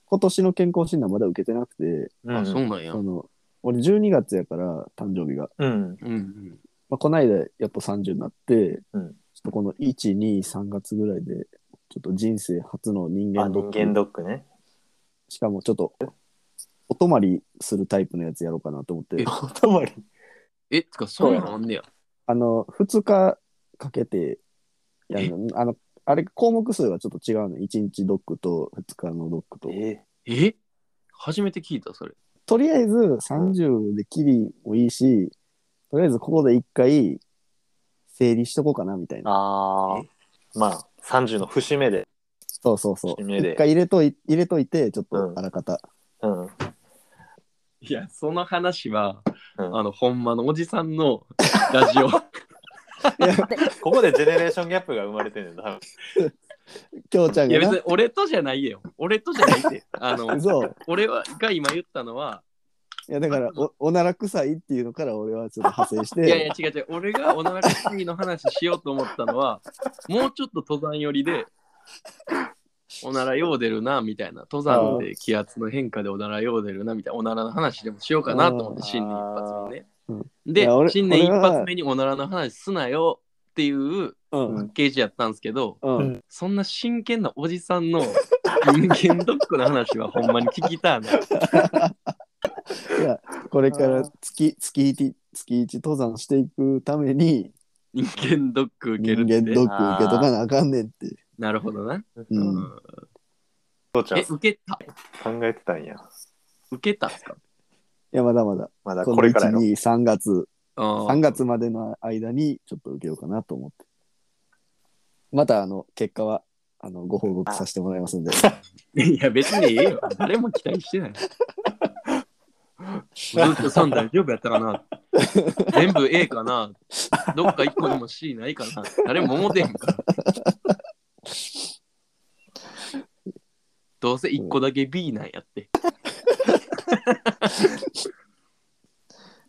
Speaker 1: 今年の健康診断まだ受けてなくて、
Speaker 2: あそう
Speaker 3: う
Speaker 2: なんや
Speaker 1: その俺12月やから誕生日が、
Speaker 3: う
Speaker 2: う
Speaker 3: ん
Speaker 2: んうん
Speaker 1: まあ、こないだやっと30になって、
Speaker 3: うん
Speaker 1: ちょっとこの123月ぐらいでちょっと人生初の人
Speaker 3: あ
Speaker 1: 間ド
Speaker 3: 人
Speaker 1: ッ
Speaker 3: 間
Speaker 1: ク
Speaker 3: ドック
Speaker 1: (laughs)
Speaker 3: ね
Speaker 1: しかもちょっとお泊まりするタイプのやつやろうかなと思って
Speaker 2: え
Speaker 3: おたまり
Speaker 2: えつかそういうのあんねや
Speaker 1: あの2日かけてやるのあのあれ項目数がちょっと違うの1日ドックと2日のドックと
Speaker 3: え
Speaker 2: え初めて聞いたそれ
Speaker 1: とりあえず30で切りもいいし、とりあえずここで一回整理しとこうかなみたいな。
Speaker 3: ああまあ30の節目で
Speaker 1: そうそうそう。
Speaker 3: 節目で
Speaker 1: 一回入れとい入れといて、ちょっ
Speaker 3: う
Speaker 1: と
Speaker 3: ん
Speaker 1: あらかた。
Speaker 3: うんうん
Speaker 2: いやその話は
Speaker 3: こ
Speaker 2: のほんまのおじさんの (laughs) ラジオ
Speaker 1: いや、
Speaker 3: こでジェネレーションギャップが生まれてるんだ多分
Speaker 1: きょうちゃん
Speaker 2: いや
Speaker 1: がな
Speaker 2: 別に。俺とじゃないよ俺とじゃないってあの (laughs)
Speaker 1: そう。
Speaker 2: 俺はが今言ったのはい
Speaker 1: や、だ
Speaker 2: (laughs)
Speaker 1: からお、おなら臭いっていうのから俺はちょっと派生し
Speaker 2: いやい
Speaker 1: て、
Speaker 2: や違う違う俺がおなら臭いの話しようと思った
Speaker 1: (laughs)
Speaker 2: のはもうちょっと登山寄りでおならよう出るなみたいな登山で気圧の変化でおならよう出るなみたいなおならの話でもしようかなと思って
Speaker 1: あー
Speaker 2: 新年一発目ね
Speaker 1: うんい
Speaker 2: で
Speaker 1: や俺
Speaker 2: 新年一
Speaker 1: 俺は
Speaker 2: 発目におならの話すなよっていう
Speaker 1: うん。
Speaker 2: ゲージやったんですけど
Speaker 1: う
Speaker 3: うん
Speaker 1: ん。
Speaker 2: そんな真剣なおじさんの人間ドックの話はほんまに聞きたい
Speaker 1: (laughs)
Speaker 2: な
Speaker 1: いや、これから月、月一、月一登山していくために、
Speaker 2: 人間ドック受け
Speaker 1: 人
Speaker 2: るって
Speaker 1: 間ドック受けとかなあかんねんって。
Speaker 2: なるほどな、
Speaker 1: う。
Speaker 2: うんん
Speaker 3: 父ちゃん
Speaker 2: え受けた
Speaker 3: 考えてたんや
Speaker 2: 受けたんですか
Speaker 1: いや、まだまだ。
Speaker 3: まだ
Speaker 1: こ
Speaker 3: こ
Speaker 1: の
Speaker 3: れ
Speaker 1: 1
Speaker 3: からや、ろ
Speaker 1: 2、3月。3
Speaker 2: 3
Speaker 1: 月までの間にちょっと受けようかなと思って。またあの結果はあのご報告させてもらいます
Speaker 2: (laughs)
Speaker 1: んで。
Speaker 2: いや、別にいいよ。誰も期待してない。ずっと3大丈夫やったかな全部 A かなどっか1個でも C ないかな誰も思ってへんから。どうせ1個だけ B なんやって。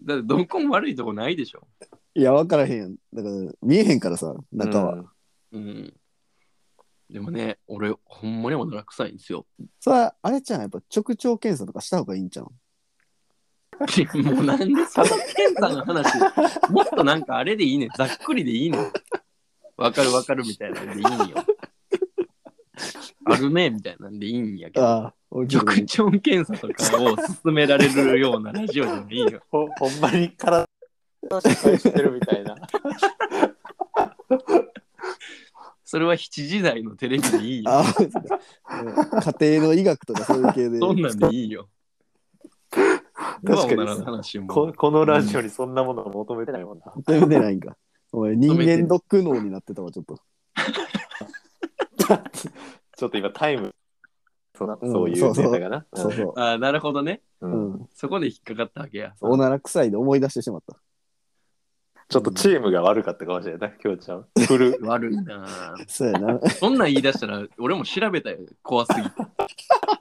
Speaker 2: だってどこも悪いとこないでしょ。
Speaker 1: いや、わからへんやん。だから見えへんからさ、中は。
Speaker 3: うん
Speaker 2: うん。でもね、俺、ほんまにおなら臭いんですよ。
Speaker 1: それはあれちゃん、やっぱ直腸検査とかした方がいいんちゃう
Speaker 2: (laughs) もうなんで佐々木健さんの話、もっとなんかあれでいいねんざっくりでいいねんわかるわかるみたいなんでいいんよ。あるねみたいなんでいいんやけど。
Speaker 1: ああ、俺ちょっ
Speaker 2: 直
Speaker 1: と
Speaker 2: 腸検査とかを勧められるようなラジオでもいいよ。
Speaker 3: ほほんまに体の心配してるみたいな
Speaker 2: それは7時台のテレビでいいよ。
Speaker 1: ああそうかうん家庭の医学とかそういう系で。
Speaker 2: そんなんでいいよ。
Speaker 3: 確かに
Speaker 2: うわおならの話
Speaker 3: こ
Speaker 2: も。
Speaker 3: このラジオにそんなものを求めてないもんな、
Speaker 1: 全然出ないんか。お前人間ドック脳になってたわ、ちょっと。
Speaker 3: ちょっと今タイムそうな
Speaker 1: うん
Speaker 3: そういうネタがな
Speaker 1: そうそ
Speaker 2: あーなるほどね。
Speaker 3: う
Speaker 1: う。
Speaker 3: んうん
Speaker 1: うん。
Speaker 2: そこで引っかかったわけや。
Speaker 1: おなら臭いで思い出してしまった。
Speaker 3: ちょっとチームが悪かったかもしれないな、きょうちゃん。フル、
Speaker 2: 悪いなぁ
Speaker 1: そうやな。
Speaker 2: そんなん言い出したら、俺も調べたよ。怖すぎて。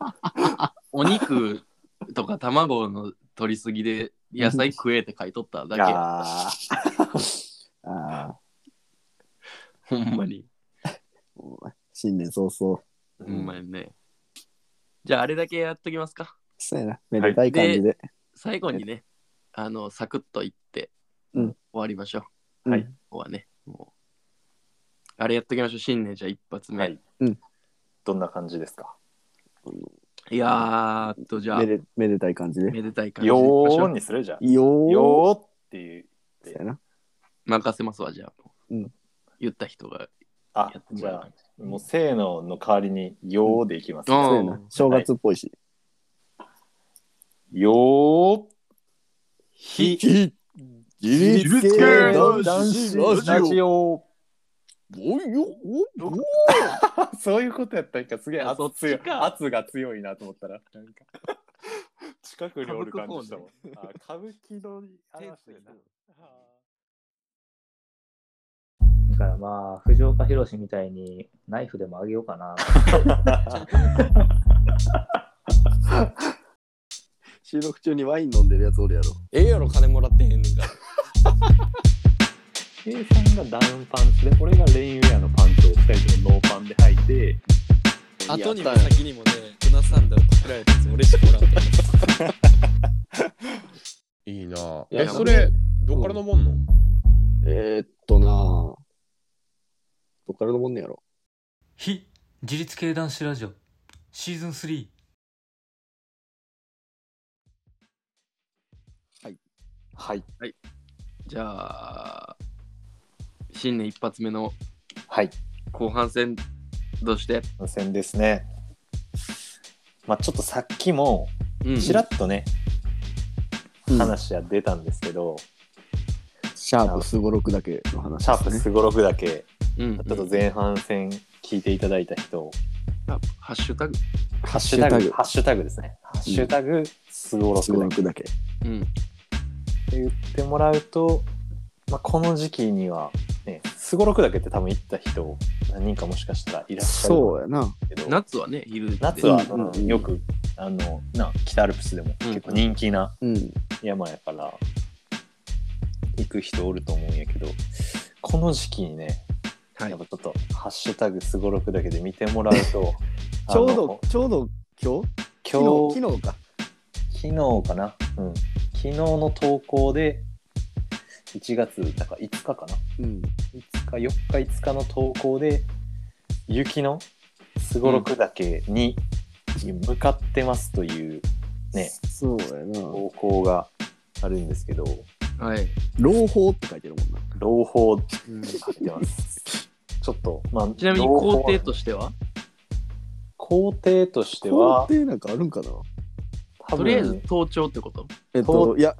Speaker 2: (laughs) お肉とか卵の取りすぎで野菜食えって書いとっただけや。
Speaker 3: あー
Speaker 1: ああ、
Speaker 2: ほんまに。
Speaker 1: お前新年早々。
Speaker 2: ほんまにね。じゃあ、あれだけやっときますか。
Speaker 1: そうやな。めでたい感じで。
Speaker 2: 最後にね、あの、サクッといって、
Speaker 1: うん
Speaker 2: 終わりましょう。こ
Speaker 1: うん
Speaker 3: はい。
Speaker 2: こはね、もう。あれやっときましょう。新年じゃあ一発目。
Speaker 3: はいい、
Speaker 1: うん
Speaker 3: どんな感じですか
Speaker 2: やーっと、じゃあ
Speaker 1: め、でめでたい感じで。
Speaker 2: めでたい感じでいき
Speaker 3: よ
Speaker 2: ましょ
Speaker 3: ー
Speaker 2: う。
Speaker 3: にするじゃん。
Speaker 1: よー。
Speaker 3: よーっていう。
Speaker 1: そうやな。
Speaker 2: 任せますわ、じゃあ。
Speaker 1: うん
Speaker 2: 言った人が
Speaker 3: あ
Speaker 2: やっ、ても
Speaker 3: じ
Speaker 2: らう
Speaker 3: ゃ
Speaker 2: 感
Speaker 3: あ、もうせーのの代わりによーでいきます。
Speaker 2: うん
Speaker 1: そうやな。正月っぽいし。
Speaker 3: よー。ひ、
Speaker 1: ひ自立系男子ラジオ。
Speaker 3: オ。
Speaker 1: おいよおいよ
Speaker 3: そういうことやったんか、すげえ
Speaker 2: あ
Speaker 3: 圧
Speaker 2: そっ
Speaker 3: 強
Speaker 2: ち
Speaker 3: い
Speaker 2: か
Speaker 3: 圧が強いなと思ったら、なんか (laughs) 近くにおる感じしたもん。あ歌舞伎の嵐だよな。
Speaker 4: だからまあ、藤岡弘みたいにナイフでもあげようかな。
Speaker 1: 収録中にワイン飲んでるやつおるやろ。
Speaker 5: ええやろ金もらってへんねんから
Speaker 3: 計算がダウンパンツで、俺がレインウェアのパンツを2人ともノーパンで履いて、
Speaker 5: 後にも先にもねうなサンダルパクられたやつ俺しかもらってない
Speaker 6: いいなぁ
Speaker 3: いや
Speaker 6: え、それ、どっから飲もんの、
Speaker 1: えー、っとなぁ。どっからのもんねやろ。
Speaker 7: 非自立系男子ラジオシーズン3
Speaker 3: はい、
Speaker 2: じゃあ、新年一発目の
Speaker 3: はい、
Speaker 2: 後半戦として、
Speaker 3: 無線ですね。まあちょっとさっきも、
Speaker 2: うん
Speaker 3: ちらっとね、
Speaker 1: うん
Speaker 3: 話は出たんですけど、
Speaker 1: シャープすごろくだけの話
Speaker 3: シャープ
Speaker 1: ですね。
Speaker 3: すごろくだけ、
Speaker 2: うん、
Speaker 3: ちょっと前半戦聞いていただいた人、
Speaker 2: ハッシュタグ、
Speaker 3: ハッシュタグ、
Speaker 1: ハ
Speaker 3: ハッシュタグですね。ハッシュタグ、すごろ
Speaker 1: す
Speaker 3: く
Speaker 1: ご
Speaker 3: だ
Speaker 1: ろ
Speaker 3: け
Speaker 1: くだけ。
Speaker 2: うん、
Speaker 3: って言ってもらうと、まあ、この時期には、ね、すごろくだけって多分行った人、何人かもしかしたらいらっしゃる
Speaker 1: そうやな。
Speaker 3: けど、
Speaker 2: 夏はね、昼で
Speaker 3: 夏は、
Speaker 1: うんうん
Speaker 3: うんよく、あの、な、北アルプスでも
Speaker 2: うん
Speaker 3: 結構人気な
Speaker 1: うん。、
Speaker 3: 山やから、行く人おると思うんやけど、この時期にね、
Speaker 2: はい
Speaker 3: やっぱちょっと、ハッシュタグすごろくだけで見てもらうと
Speaker 1: (laughs) ちょう
Speaker 3: あの
Speaker 1: ど、ちょうど今日
Speaker 3: 今日、
Speaker 1: 昨日か。
Speaker 3: 昨日かな、うん、昨日の投稿で1月だから5日かな
Speaker 1: うん。
Speaker 3: 5日4日5日の投稿で雪のすごろく岳に向かってますというね、
Speaker 1: そうやな。
Speaker 3: 投稿があるんですけど
Speaker 2: はい、
Speaker 1: 朗報って書いてるもんな。
Speaker 3: 朗報
Speaker 2: うん
Speaker 3: かけてますちょっとまあ
Speaker 2: ちなみに
Speaker 3: 朗報
Speaker 2: 工程としては、
Speaker 3: 工程として
Speaker 1: 工
Speaker 3: は
Speaker 1: 程なんかあるんかな
Speaker 3: 多
Speaker 2: と
Speaker 3: 分
Speaker 2: りあえず登頂ってこと
Speaker 1: えっと、いや、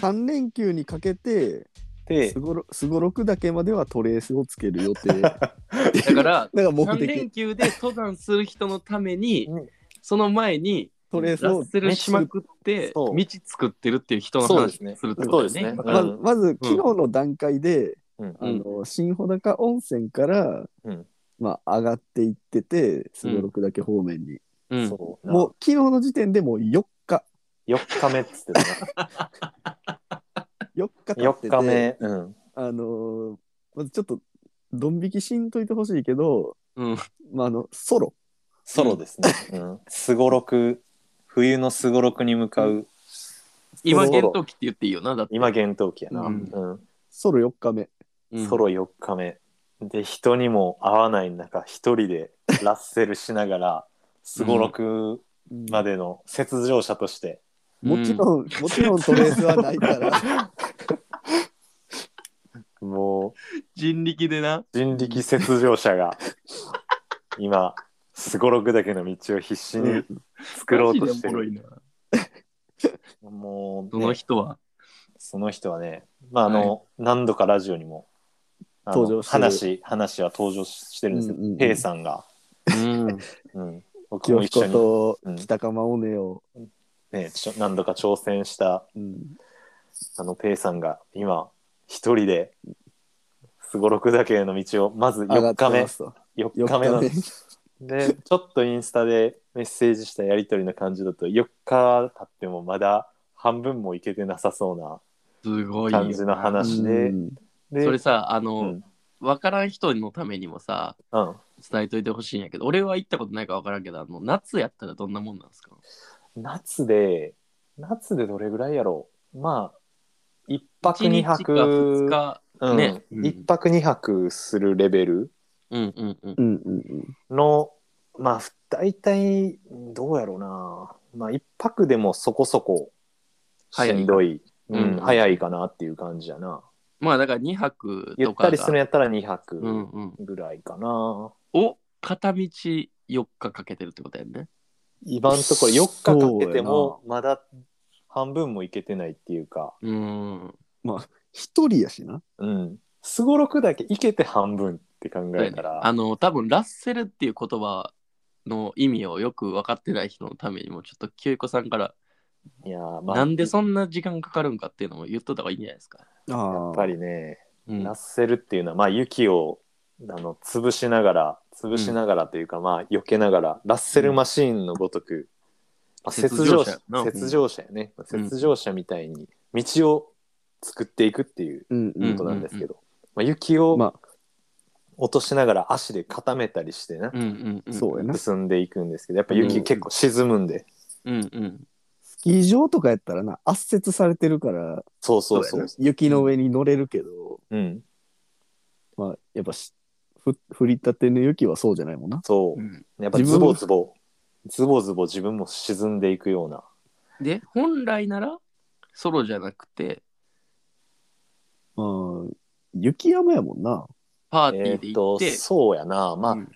Speaker 1: 3連休にかけて、
Speaker 3: です
Speaker 1: ごろすごろくだけまではトレースをつける予定。だか
Speaker 2: だ
Speaker 3: (laughs)
Speaker 2: から、
Speaker 1: ら目
Speaker 2: 3連
Speaker 1: 的、
Speaker 2: 休で登山する人のために
Speaker 3: うん、
Speaker 2: その前に、
Speaker 1: トレース
Speaker 2: ラ
Speaker 1: を
Speaker 2: ッセルしまくって、道
Speaker 3: そう
Speaker 2: 作ってるっていう人の
Speaker 3: そう
Speaker 2: 話
Speaker 3: ですね
Speaker 2: するってこと
Speaker 3: そうですね
Speaker 2: だか
Speaker 1: ま
Speaker 2: ら
Speaker 1: ずまず昨日の段階で、
Speaker 3: うん
Speaker 1: あの新穂高温泉から、
Speaker 3: うん
Speaker 1: まあ、上がっていっててすごろくだけ方面に、
Speaker 2: うん
Speaker 3: そう
Speaker 1: もう昨日の時点でもう4日
Speaker 3: 4日目っつってたな
Speaker 1: 4日経
Speaker 2: (laughs)
Speaker 1: って
Speaker 3: 4
Speaker 1: て
Speaker 3: 日目、うん、
Speaker 1: あのーまずちょっとドン引きしんといてほしいけど、
Speaker 2: うん
Speaker 1: まあ、あのソロ
Speaker 3: ソロですね。うんすごろく、冬のすごろくに向かう、
Speaker 2: 今、現冬期って言っていいよな、だって。
Speaker 3: 今、厳冬期やな、
Speaker 2: う
Speaker 3: うんん
Speaker 1: ソロ4日目
Speaker 2: うん
Speaker 3: ソロ4日目。で、人にも会わない中、一人でラッセルしながら、すごろくまでの雪上者として、
Speaker 1: もち
Speaker 3: (laughs)
Speaker 1: ろん、もちろんトレースはないから
Speaker 3: も
Speaker 2: 人力でな。
Speaker 3: う人力雪上者が、今、すごろくだけの道を必死に作ろうとして
Speaker 2: マジ
Speaker 3: る。
Speaker 2: でおもろいな
Speaker 3: もう
Speaker 2: そ
Speaker 3: ね、
Speaker 2: の人は。
Speaker 3: その人はね、まああの何度かラジオにもあの
Speaker 1: 登場してる
Speaker 3: 話話は登場してるんですけ
Speaker 1: うんうんう
Speaker 3: ど、
Speaker 1: ん
Speaker 3: ペイさんが、
Speaker 2: うん。
Speaker 3: うん、僕
Speaker 1: 清
Speaker 3: も一緒
Speaker 1: 彦
Speaker 3: に、
Speaker 1: と
Speaker 3: うん
Speaker 1: 北釜尾根を、
Speaker 3: ね、ちょ何度か挑戦した
Speaker 1: うん
Speaker 3: あのペイさんが今一人で、すごろくだけの道を、まず
Speaker 1: 上がっ
Speaker 3: 4
Speaker 1: て
Speaker 3: 日目
Speaker 1: ま、すと。
Speaker 3: 4
Speaker 1: 4
Speaker 3: 日目の
Speaker 1: 日目。
Speaker 3: で、ちょっとインスタでメッセージしたやりとりの感じだと、4日経ってもまだ半分もいけてなさそ
Speaker 2: すご
Speaker 3: うない
Speaker 2: よ
Speaker 3: 感じの話
Speaker 1: う
Speaker 3: で、
Speaker 1: ん
Speaker 3: で、
Speaker 2: それさ、あ
Speaker 3: う
Speaker 2: の
Speaker 3: ん、、
Speaker 2: わからん人のためにもさ、
Speaker 3: うん。
Speaker 2: 伝えといてほしいんやけど、俺は行ったことないからわからんけど、あの、夏やったらどんなもんなんですか
Speaker 3: 夏で、夏でどれぐらいやろうまあ、一泊
Speaker 2: ?1
Speaker 3: 二
Speaker 2: 日か
Speaker 3: 泊、
Speaker 2: 2日。
Speaker 3: うん
Speaker 2: ね
Speaker 3: 一泊二泊するレベル
Speaker 2: うんうんうん。
Speaker 1: うんうん
Speaker 3: の、まあ、ふ大体、どうやろうな。まあ、一泊でもそこそこ、しんどい。
Speaker 2: 早いか
Speaker 3: うん
Speaker 2: うん
Speaker 3: 早いかなっていう感じやな。
Speaker 2: まあだから2泊
Speaker 3: ゆっ
Speaker 2: と
Speaker 3: た
Speaker 2: か
Speaker 3: りするん
Speaker 2: が。
Speaker 3: やったら2
Speaker 2: うん
Speaker 3: 泊
Speaker 2: うん。
Speaker 3: ぐらいかな。
Speaker 2: を片道4日かけてるってことやんね。
Speaker 3: 今のところ4日かけて
Speaker 1: そ
Speaker 3: も、まだ半分もいけてないっていうか、
Speaker 2: うーん。
Speaker 1: 一人やしな。
Speaker 3: うん。すごろくだけいけて半分って考
Speaker 2: そうや
Speaker 3: え
Speaker 2: ね
Speaker 3: たら、
Speaker 2: あの、多分ラッセルっていう言葉の意味をよく分かってない人のためにも、ちょっと清子さんから、
Speaker 3: いやー、まあ、
Speaker 2: なんでそんな時間かかるんかっていうのも言っとった方がいいんじゃないですか。
Speaker 1: や
Speaker 3: やっぱりね、
Speaker 2: うん
Speaker 3: ラッセルっていうのは、まあ、雪をあの潰しながら、潰しながらというか、まあ、避けながら、ラッセルマシーンのごとく、まあ
Speaker 2: 雪
Speaker 3: 雪
Speaker 2: 上
Speaker 3: 上
Speaker 2: 車
Speaker 3: 車
Speaker 2: やな、
Speaker 3: 雪上車やね、
Speaker 2: うん
Speaker 3: 雪上車みたいに道を作っていくっていう
Speaker 1: うんう
Speaker 2: う
Speaker 3: こ
Speaker 1: ん
Speaker 3: となんですけど、まあ、雪
Speaker 1: ま
Speaker 3: を
Speaker 1: あ
Speaker 3: 落としながら足で固めたりしてな、
Speaker 2: うんうんうん。
Speaker 1: そうやな。ス
Speaker 3: 進んでいくんですけど、やっぱ
Speaker 2: う
Speaker 3: 雪
Speaker 2: ん
Speaker 3: 結構沈むんで、
Speaker 2: うんうん。
Speaker 1: キー場とかやったらな、圧雪されてるから、
Speaker 3: そうそうそう。
Speaker 1: 雪の上に乗れるけど、
Speaker 3: うん、
Speaker 1: まあ、やっぱしふ降りたての雪はそうじゃないもんな。
Speaker 3: そうう。
Speaker 2: ん
Speaker 3: やっぱ
Speaker 1: 自
Speaker 3: ズ
Speaker 1: 分も
Speaker 3: ボズボ、ズボズボ自分も沈んでいくような。
Speaker 2: で、本来なら、ソロじゃなくて、
Speaker 1: まあ、雪山やもんな。
Speaker 2: パーティ
Speaker 3: え
Speaker 2: ーで
Speaker 3: ーっ
Speaker 2: 行っ
Speaker 3: と、
Speaker 2: て、
Speaker 3: そうやな。まあ、
Speaker 2: うん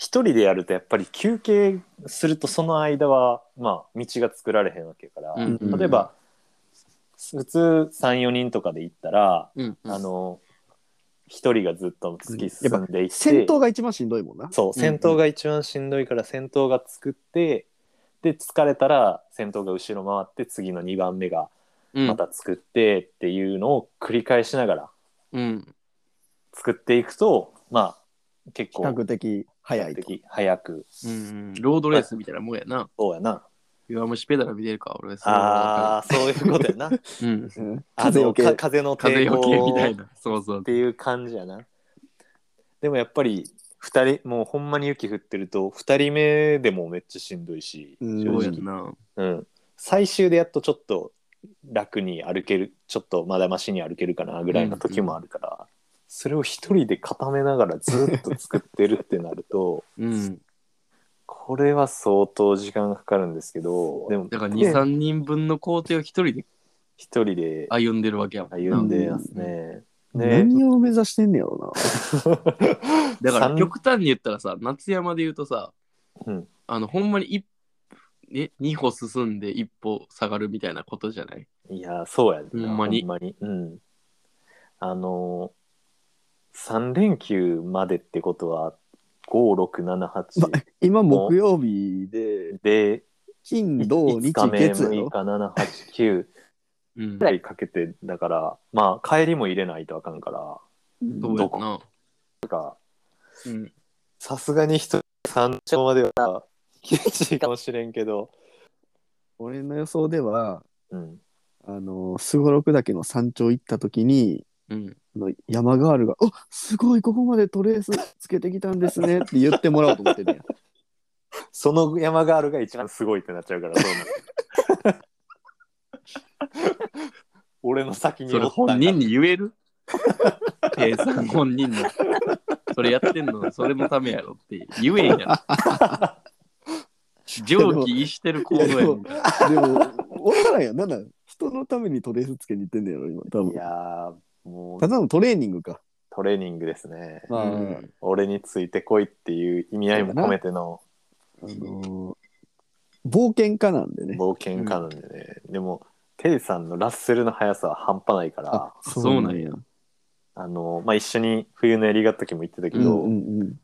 Speaker 3: 一人でやるとやっぱり休憩するとその間は、まあ、道が作られへんわけやから、
Speaker 2: うん
Speaker 1: うん
Speaker 3: 例えば、普通3、4人とかで行ったら、
Speaker 2: うんうん
Speaker 3: あの、一人がずっと突き進んでいって、
Speaker 1: 戦闘が一番しんどいもんな。
Speaker 3: そう、戦闘が一番しんどいから戦闘が作って、で、疲れたら戦闘が後ろ回って、次の2番目が
Speaker 2: うん
Speaker 3: また作ってっていうのを繰り返しながら
Speaker 2: うん。
Speaker 3: 作っていくと、まあ、結
Speaker 1: 比
Speaker 3: 構、
Speaker 1: 較的早いと。
Speaker 3: 的早く。
Speaker 2: うん。ロードレースみたいなもんやな。
Speaker 3: そうやな。
Speaker 2: 弱虫ペダル見てるか、俺。それは
Speaker 3: ああ、そういうこと
Speaker 2: (laughs)
Speaker 3: やな。
Speaker 2: 分かるうん。
Speaker 1: うん
Speaker 3: 風
Speaker 1: 風
Speaker 3: の
Speaker 1: よけ。
Speaker 3: か風の
Speaker 2: 風
Speaker 3: 抵
Speaker 2: よけみたい
Speaker 3: 抗
Speaker 2: な。そうそう
Speaker 3: っ。ていう感じやな。でもやっぱり、二人、もうほんまに雪降ってると、二人目でもめっちゃしんどいし、
Speaker 1: うん
Speaker 2: そうやんな。
Speaker 3: うん。最終でやっとちょっと楽に歩ける、ちょっとまだましに歩けるかなぐらいの時もあるから、それを一人で固めながらずっと作ってるってなると、
Speaker 2: うん。
Speaker 3: これは相当時間かかるんですけど、で
Speaker 2: (laughs)
Speaker 3: も、
Speaker 2: だから
Speaker 3: ね
Speaker 2: 2、3人分の工程を一人で
Speaker 3: 一人で
Speaker 2: 歩んでるわけやもんな。
Speaker 3: 歩んでますね。ね (laughs)
Speaker 1: 何を目指してんねやろ
Speaker 2: だから
Speaker 3: 三
Speaker 2: 極端に言ったらさ、夏山で言うとさ、
Speaker 3: うん
Speaker 2: あの、ほんまに一え2歩進んで一歩下がるみたいなことじゃない
Speaker 3: いや、そうや
Speaker 2: ほんまに
Speaker 3: ほんまに。うん。あのー、3連休までってことは、5、6、7、
Speaker 1: ま
Speaker 3: 8
Speaker 1: な。今木曜日で、
Speaker 3: で、
Speaker 1: 金、土、日、
Speaker 3: 5日目、
Speaker 1: 月やろ
Speaker 3: 6日、7、8、9
Speaker 2: うん
Speaker 3: ぐ。らいかけて、だから、まあ、帰りも入れないとあかんから、
Speaker 2: そうやんな。うん、
Speaker 3: さすがに一人山頂までは、厳しいかもしれんけど、
Speaker 1: 俺の予想では、
Speaker 3: うん。
Speaker 1: あの、すごろく岳の山頂行った時に、
Speaker 2: うん。
Speaker 1: あの山ガールが「あすごいここまでトレースつけてきたんですね」って言ってもらおうと思ってるやん
Speaker 3: その山ガールが一番すごいってなっちゃう
Speaker 1: (laughs)
Speaker 3: から、そうなる俺の先に
Speaker 2: そ
Speaker 3: お
Speaker 2: れ
Speaker 3: ったんや
Speaker 2: 本人に言え
Speaker 3: (laughs)
Speaker 2: る計算本人の。それやってんの、それのためやろって言えやん。上気逸してる行動やん。
Speaker 1: でも分からんやんなんなん人のためにトレースつけに行ってんねやろ今多
Speaker 3: い
Speaker 1: 分
Speaker 3: やーもう
Speaker 1: ただのトレーニングか
Speaker 3: トレーニングですね。
Speaker 1: まあ、
Speaker 2: うん
Speaker 3: 俺についてこいっていう意味合いも込めての
Speaker 1: あのー冒険家なんでね
Speaker 3: 冒険家なんでね。でも、テイさんのラッセルの速さは半端ないから、
Speaker 2: そうなんや。
Speaker 3: あの、まあ、一緒に冬のやりが時も行ってたけ
Speaker 1: うんう
Speaker 3: ど、
Speaker 1: んうん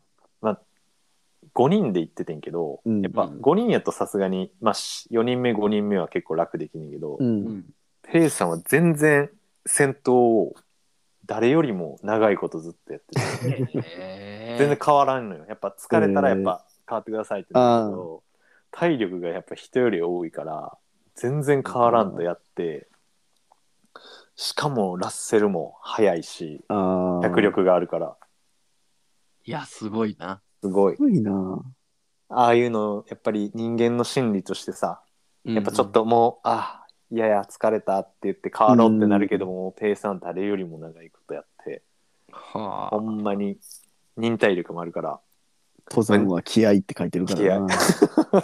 Speaker 3: 5人で行っててんけど、
Speaker 1: うん
Speaker 3: やっぱ
Speaker 2: うん
Speaker 3: 5人やとさすがに、まあ、4人目、5人目は結構楽できんねんけど、
Speaker 1: う
Speaker 2: うんん
Speaker 3: テイさんは全然先頭を誰よりも長いことずっとやってて
Speaker 2: え
Speaker 3: 全然変わらんのよやっぱ疲れたらやっぱ変わってくださいってなるけど、体力がやっぱ人より多いから全然変わらんとやってしかもラッセルも速いし
Speaker 1: ああ。
Speaker 3: 脚力があるから
Speaker 2: いや、すごいな。
Speaker 3: すごい
Speaker 1: すごいな。
Speaker 3: ああいうのやっぱり人間の心理としてさやっぱちょっともう、あいやいや疲れたって言って変わろうってなるけども、ペイさん誰よりも長いことやって
Speaker 2: うん。は
Speaker 3: ほんまに忍耐力もあるから
Speaker 1: 登山は気合って書いてるからな。
Speaker 2: あ。
Speaker 3: ハ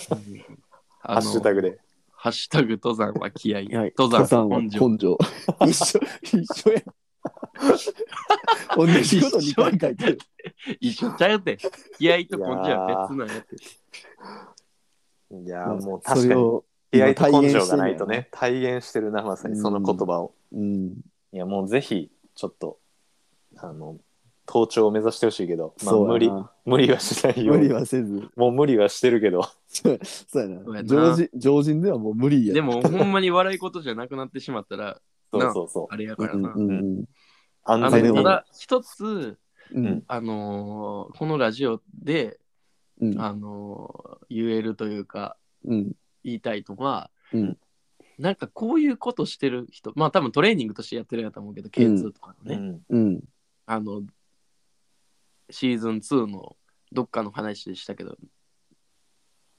Speaker 3: ッシュタグ
Speaker 2: で。
Speaker 3: で
Speaker 2: ハッシュタグ登山は気合い。
Speaker 1: 気合
Speaker 2: 登
Speaker 1: 登
Speaker 2: 山
Speaker 1: 山
Speaker 2: は
Speaker 1: は
Speaker 2: 根
Speaker 1: 根
Speaker 2: 性。
Speaker 1: 性。一緒、一緒や。 (laughs) 同じこと2回書いてる。
Speaker 2: 一緒ちゃうて。気合と根性は別なんやって。
Speaker 3: いやーも
Speaker 1: そ
Speaker 3: う確か
Speaker 1: れ
Speaker 3: に
Speaker 1: を
Speaker 3: 気合と根性がないと
Speaker 1: 体現してんだよ
Speaker 3: ね体現してるなまさにその言葉を、
Speaker 1: うん。
Speaker 3: いやもうぜひちょっとあの登頂を目指してほしいけど、まあ、
Speaker 1: そうや
Speaker 3: 無理
Speaker 1: な
Speaker 3: 無理はしないよう
Speaker 1: 無
Speaker 3: に
Speaker 1: 理はせず。
Speaker 3: もう無理はしてるけど
Speaker 1: そうそう
Speaker 2: そうや
Speaker 1: やな。
Speaker 2: な
Speaker 1: 常人、常人ではもう無理や。
Speaker 2: でも、ほんまに笑い事じゃなくなってしまったら、
Speaker 3: そうそうそう
Speaker 2: あれや
Speaker 1: う
Speaker 2: から
Speaker 1: ん
Speaker 2: な。
Speaker 1: うんうん。
Speaker 2: あ
Speaker 3: 安
Speaker 2: の
Speaker 3: 全
Speaker 2: た
Speaker 3: に
Speaker 2: だ、一つ、
Speaker 1: うんうん
Speaker 2: あのーこのラジオで、
Speaker 1: うん
Speaker 2: あのー言えるというか、
Speaker 1: うん
Speaker 2: 言いたいのは、
Speaker 1: うん
Speaker 2: なんかこういうことしてる人、まあ多分トレーニングとしてやってるんやと思うけど、K2 とかのね、
Speaker 3: うん
Speaker 1: うん
Speaker 2: あの、シーズン2のどっかの話でしたけど、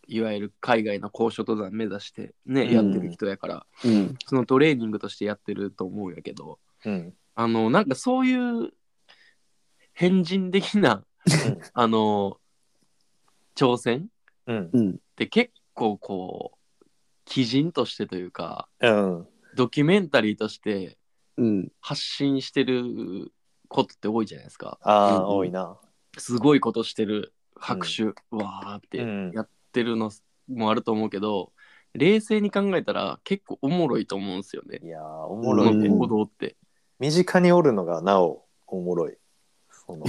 Speaker 2: いわゆる海外の高所登山目指してね、
Speaker 3: うん
Speaker 2: やってる人やから、
Speaker 1: うん
Speaker 2: そのトレーニングとしてやってると思うんやけど、
Speaker 3: うん
Speaker 2: あの、なんかそういう変人的な、あの、挑戦
Speaker 3: うん
Speaker 1: うん
Speaker 2: って結構こう、基人としてというか、
Speaker 3: うん
Speaker 2: ドキュメンタリーとして
Speaker 1: うん
Speaker 2: 発信してることって多いじゃないですか。
Speaker 3: ああ、
Speaker 1: うん
Speaker 3: 多いな
Speaker 2: すごいことしてる拍手、わーって
Speaker 3: うん
Speaker 2: やってるのもあると思うけど、冷静に考えたら結構おもろいと思うんですよね
Speaker 3: いやーおも
Speaker 2: こ
Speaker 3: ろいね、
Speaker 2: の行動って、
Speaker 3: 身近におるのがなおおもろいその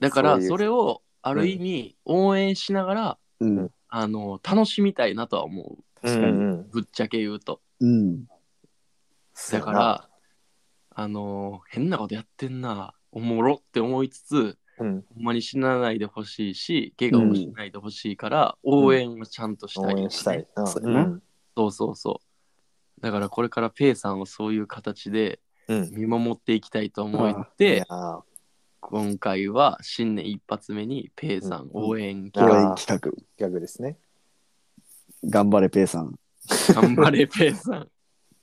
Speaker 2: だから
Speaker 3: そういう
Speaker 2: それをある意味応援しながら、
Speaker 1: うん
Speaker 2: あの楽しみたいなとは思う
Speaker 1: 確かに
Speaker 3: うんうん
Speaker 2: ぶっちゃけ言うと
Speaker 1: うん
Speaker 3: そう
Speaker 2: だ
Speaker 3: や
Speaker 2: か
Speaker 3: な
Speaker 2: らあの変なことやってんなおもろって思いつつ
Speaker 3: うん、
Speaker 2: ほんまに死なないでほしいし怪我をしないでほしいから、応援はちゃんとした
Speaker 3: 応
Speaker 2: い、
Speaker 3: 援したいな
Speaker 1: そうやな
Speaker 2: そうそうそう。だからこれからペイさんをそういう形で
Speaker 3: うんうん
Speaker 2: 見守っていきたいと思っ
Speaker 3: いや
Speaker 2: て、
Speaker 3: ー
Speaker 2: 今回は新年一発目にペイさん応援
Speaker 1: 応
Speaker 2: 企画、
Speaker 1: 援企画
Speaker 3: 逆ですね
Speaker 1: 頑張れペイさん
Speaker 2: 頑張
Speaker 3: (laughs)
Speaker 2: れペイさん。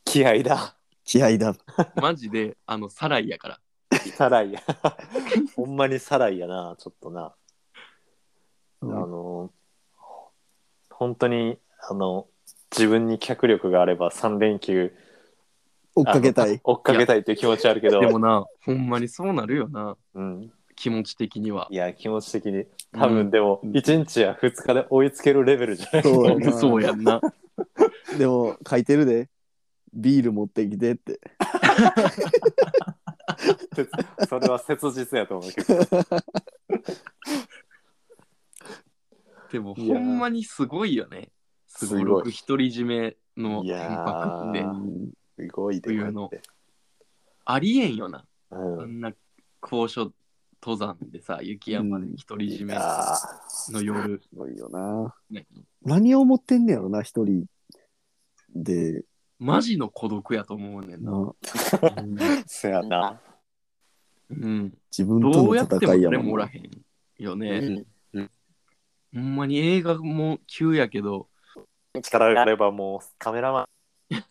Speaker 3: 気合だ
Speaker 1: 気合だ
Speaker 2: マジで、あの、サライやから。
Speaker 3: サライやほんまにサライやなちょっとな、
Speaker 1: うん
Speaker 3: あの本当にあの自分に脚力があれば3連休
Speaker 1: 追っかけたい
Speaker 3: あ追っかけたいっていう気持ちあるけど
Speaker 2: でもな、ほんまにそうなるよな、
Speaker 3: うん、。
Speaker 2: 気持ち的にはい
Speaker 3: や気持ち的に多
Speaker 2: う
Speaker 3: 分
Speaker 2: ん
Speaker 3: でも
Speaker 1: うん
Speaker 3: 1日や2日で追いつけるレベルじゃない、
Speaker 1: そうやな
Speaker 2: (laughs) そうやんな。
Speaker 1: でも書いてるでビール持ってきてって
Speaker 3: (laughs) それは切実やと思うけど
Speaker 2: でも、
Speaker 3: いや
Speaker 2: ほんまにすごいよね。す
Speaker 3: す
Speaker 2: ご
Speaker 3: ご
Speaker 2: い。
Speaker 3: い
Speaker 2: 独り占めの
Speaker 3: いや
Speaker 2: 天パ
Speaker 3: ー
Speaker 2: クって、
Speaker 3: すごいで
Speaker 2: 冬のありえんよな。
Speaker 3: う
Speaker 2: あ
Speaker 3: ん、
Speaker 2: んな高所登山でさ、雪山で独り占
Speaker 3: い
Speaker 2: め
Speaker 3: やー
Speaker 2: の夜。
Speaker 1: すごいよな
Speaker 2: ね
Speaker 1: 何を思ってんねやろな一人で
Speaker 2: マジの孤独やと思うねんな。
Speaker 1: な
Speaker 3: そやな。
Speaker 2: うん、
Speaker 1: 自分と
Speaker 2: どうや
Speaker 1: の
Speaker 2: っても
Speaker 1: 戦いや
Speaker 2: 誰も
Speaker 1: も
Speaker 2: お
Speaker 1: ん
Speaker 2: ら
Speaker 1: な
Speaker 2: へんよね。
Speaker 6: うん
Speaker 2: ほんまに映画も急やけど、
Speaker 3: 力があればもうカメラマン。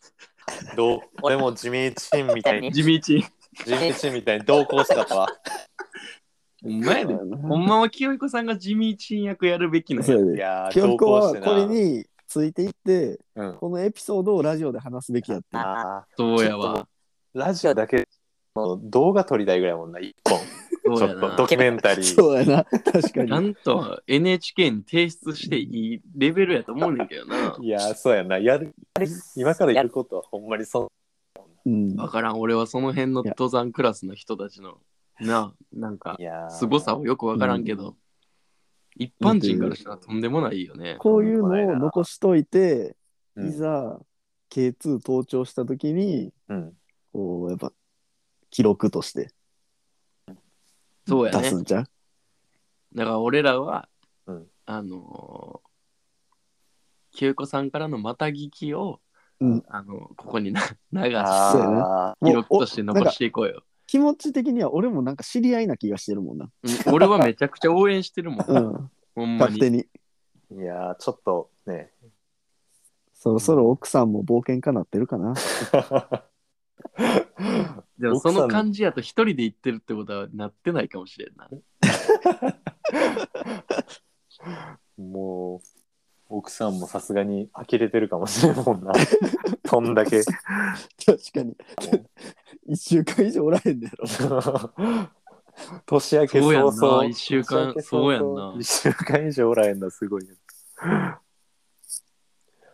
Speaker 3: どう俺も地味チンみたいに、
Speaker 2: 地道。
Speaker 3: 地味チンみたいに同行したかったわ。
Speaker 2: ほんまやで。ほんまは清彦さんが地道役やるべきな
Speaker 1: そう
Speaker 2: や。
Speaker 1: や
Speaker 3: い
Speaker 1: で
Speaker 3: やー、
Speaker 1: 清
Speaker 3: 同
Speaker 1: 彦
Speaker 3: 行し
Speaker 1: は
Speaker 3: てな。
Speaker 1: これについていって
Speaker 3: うん
Speaker 1: このエピソードをラジオで話すべきやって
Speaker 3: あ
Speaker 2: そうやわ。
Speaker 3: ーラジオだけもう動画撮りたいぐらいやもんな、一本。
Speaker 2: そう
Speaker 3: ちょ
Speaker 2: や
Speaker 3: っとド
Speaker 2: な。
Speaker 3: キュメンタリー。。
Speaker 1: そうやな確かに
Speaker 2: ちゃんと NHK に提出していいレベルやと思うねんけどな
Speaker 3: いやー、そうやな。やる今からやることはほんまにそ
Speaker 1: うん
Speaker 2: わからん。俺はその辺の登山クラスの人たちの、な、なんか
Speaker 3: う。い、やー
Speaker 2: 凄さをよくわからんけど、一般人からしたらとんでもないよね。
Speaker 1: こういうのを残しといて、
Speaker 3: うん
Speaker 1: いざ K2 登頂した時に
Speaker 3: うん。
Speaker 1: こうやっぱ記録として
Speaker 2: そうや
Speaker 1: 出
Speaker 2: ね
Speaker 1: す。んじゃう、
Speaker 2: だから俺らは、
Speaker 3: うん
Speaker 2: あのー、清子さんからのまた聞きを、
Speaker 1: うん
Speaker 2: あのここにな流
Speaker 3: あ
Speaker 2: し
Speaker 1: そ
Speaker 2: て
Speaker 1: うや
Speaker 3: あ
Speaker 2: 記
Speaker 1: もう
Speaker 2: 録
Speaker 1: お
Speaker 2: として
Speaker 1: なん
Speaker 2: 残
Speaker 1: か
Speaker 2: していこうよ。
Speaker 1: 気持ち的には俺もなんか知り合いな気がしてるもんな。
Speaker 2: うん俺はめちゃくちゃ応援してるもん。
Speaker 1: うん。
Speaker 2: ほんま
Speaker 1: 勝
Speaker 2: に。
Speaker 1: 手に。
Speaker 3: ーいやーちょっとね
Speaker 1: そろそろ奥さんも冒険家なってるかな。
Speaker 2: でもそ
Speaker 3: 奥さ
Speaker 2: の
Speaker 3: ん
Speaker 2: 感じやと一人で行ってるってことはなってないかもしれんな。
Speaker 3: もう奥さんもさすがに呆れてるかもしれん
Speaker 2: (laughs)
Speaker 3: もんなとんだけ
Speaker 1: (laughs)
Speaker 3: (laughs)
Speaker 1: 確かに。 (laughs) 一週間以上おらへんねやろ。
Speaker 3: 年明け
Speaker 2: そうやん
Speaker 3: 早
Speaker 2: な
Speaker 3: 々
Speaker 2: 一週間
Speaker 3: 年明け早々
Speaker 2: そうやんな
Speaker 3: 一週間以上おらへんなすごいね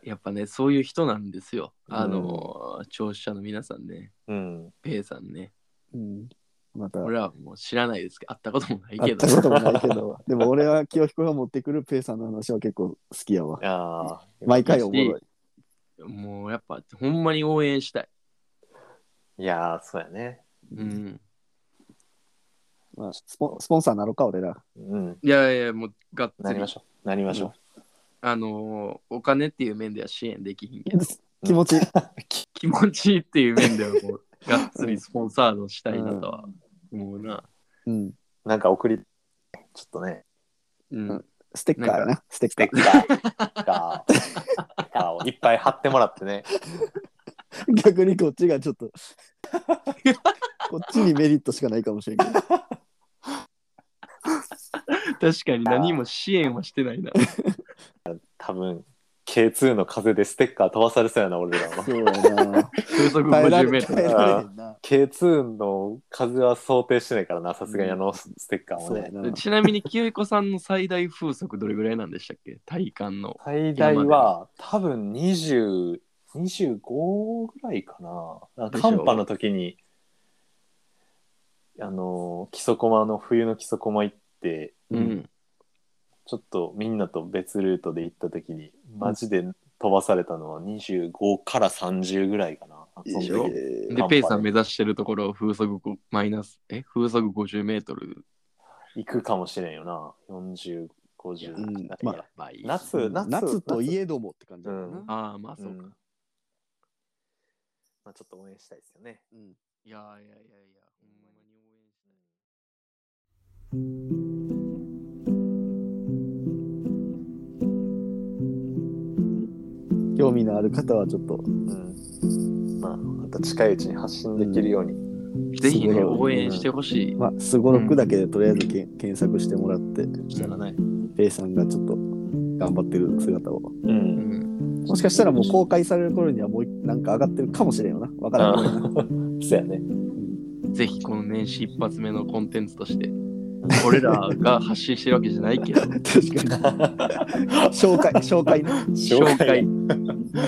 Speaker 2: やっぱね、そういう人なんですよ。あのー、聴取者の皆さんね、
Speaker 3: うん
Speaker 2: ペイさんね。
Speaker 1: うん。また。
Speaker 2: 俺らはもう知らないですけど、会ったこともない
Speaker 1: 会
Speaker 2: け
Speaker 1: っ
Speaker 2: ど
Speaker 1: た。こともないけ (laughs) ど。でも俺は清彦が持ってくるペイさんの話は結構好きやわ。
Speaker 3: ああ
Speaker 1: 毎回おもろい。
Speaker 2: もうやっぱほんまに応援したい。
Speaker 3: いやーそうやね
Speaker 2: うん。
Speaker 1: まあ、スポンスポンサーなのか俺ら。
Speaker 3: うん
Speaker 2: いやいや、もうがっ
Speaker 3: な
Speaker 2: つ
Speaker 3: り
Speaker 2: り
Speaker 3: ま、しょうなりましょ
Speaker 2: あのーお金っていう面では支援できひんけど、
Speaker 1: 気持ち。
Speaker 2: 気持ちいいっていう面ではもう、がっつりスポンサードしたいなとは思うな。
Speaker 1: うん。
Speaker 3: うなんか送りちょっ
Speaker 2: (laughs)
Speaker 3: とね
Speaker 2: うん。
Speaker 1: うんステッカーやな。ステッカー。
Speaker 3: ががをいっぱい貼ってもらってね
Speaker 1: 逆にこっちがちょっ (laughs) とこっちにメリットしかないかもしれんけど
Speaker 2: 確かに何も支援はして
Speaker 1: (laughs)
Speaker 2: ないな。
Speaker 3: 多分 K2 の風でステッカー飛ばされそうやな俺らは
Speaker 1: そうやな
Speaker 2: 風速
Speaker 1: 耐えら
Speaker 2: 50メ
Speaker 1: れ
Speaker 2: ート
Speaker 1: 耐え
Speaker 2: ル。
Speaker 1: られへん
Speaker 3: (laughs)
Speaker 1: な
Speaker 3: K2 の風は想定してないからなさすがにあのステッカーも
Speaker 1: そう
Speaker 3: ね
Speaker 1: や、な
Speaker 2: ちなみに、清子さんの最大風速どれぐらいなんでしたっけ体感の。
Speaker 3: 最大は多分20 25ぐらいかななんか
Speaker 2: でしょ
Speaker 3: 寒波の時にあの木曽駒の冬の木曽駒行って
Speaker 2: うん。
Speaker 3: ちょっとみんなと別ルートで行った時にマジで飛ばされたのは25から30ぐらいかな。
Speaker 1: いい
Speaker 3: その
Speaker 1: よ
Speaker 3: 時
Speaker 2: で、ペイさん目指してるところ、風速5マイナス、え風速50メートル。
Speaker 3: 行くかもしれんよな。40、50。
Speaker 1: うん
Speaker 3: だから
Speaker 1: ま
Speaker 2: やばい。
Speaker 3: 夏、夏、
Speaker 1: 夏といえどもって感じ
Speaker 3: う
Speaker 1: だよ
Speaker 3: ん。
Speaker 1: な
Speaker 2: ああ、まあそううか。
Speaker 3: んまあちょっと応援したいですよね。
Speaker 2: いやいやいやいや、ほんまに応援したい。
Speaker 1: 興味のある方はちょっと
Speaker 3: うん。まあ、また近いうちに発信できるように。
Speaker 2: ぜひね、
Speaker 1: すごい
Speaker 2: 応援してほしい。
Speaker 1: まあすごろくだけでとりあえずけん検索してもらって
Speaker 3: したらね。
Speaker 1: ペイさんがちょっと頑張ってる姿を
Speaker 3: う。
Speaker 2: うんん。
Speaker 1: もしかしたらもう公開される頃にはもうなんか上がってるかもしれんよなわからんけどな
Speaker 3: (laughs) そうやね。
Speaker 2: ぜひ、この年始一発目のコンテンツとして、俺らが発信してるわけじゃない
Speaker 1: (laughs)
Speaker 2: けど、
Speaker 1: 確かに紹介紹介ね
Speaker 2: 紹介、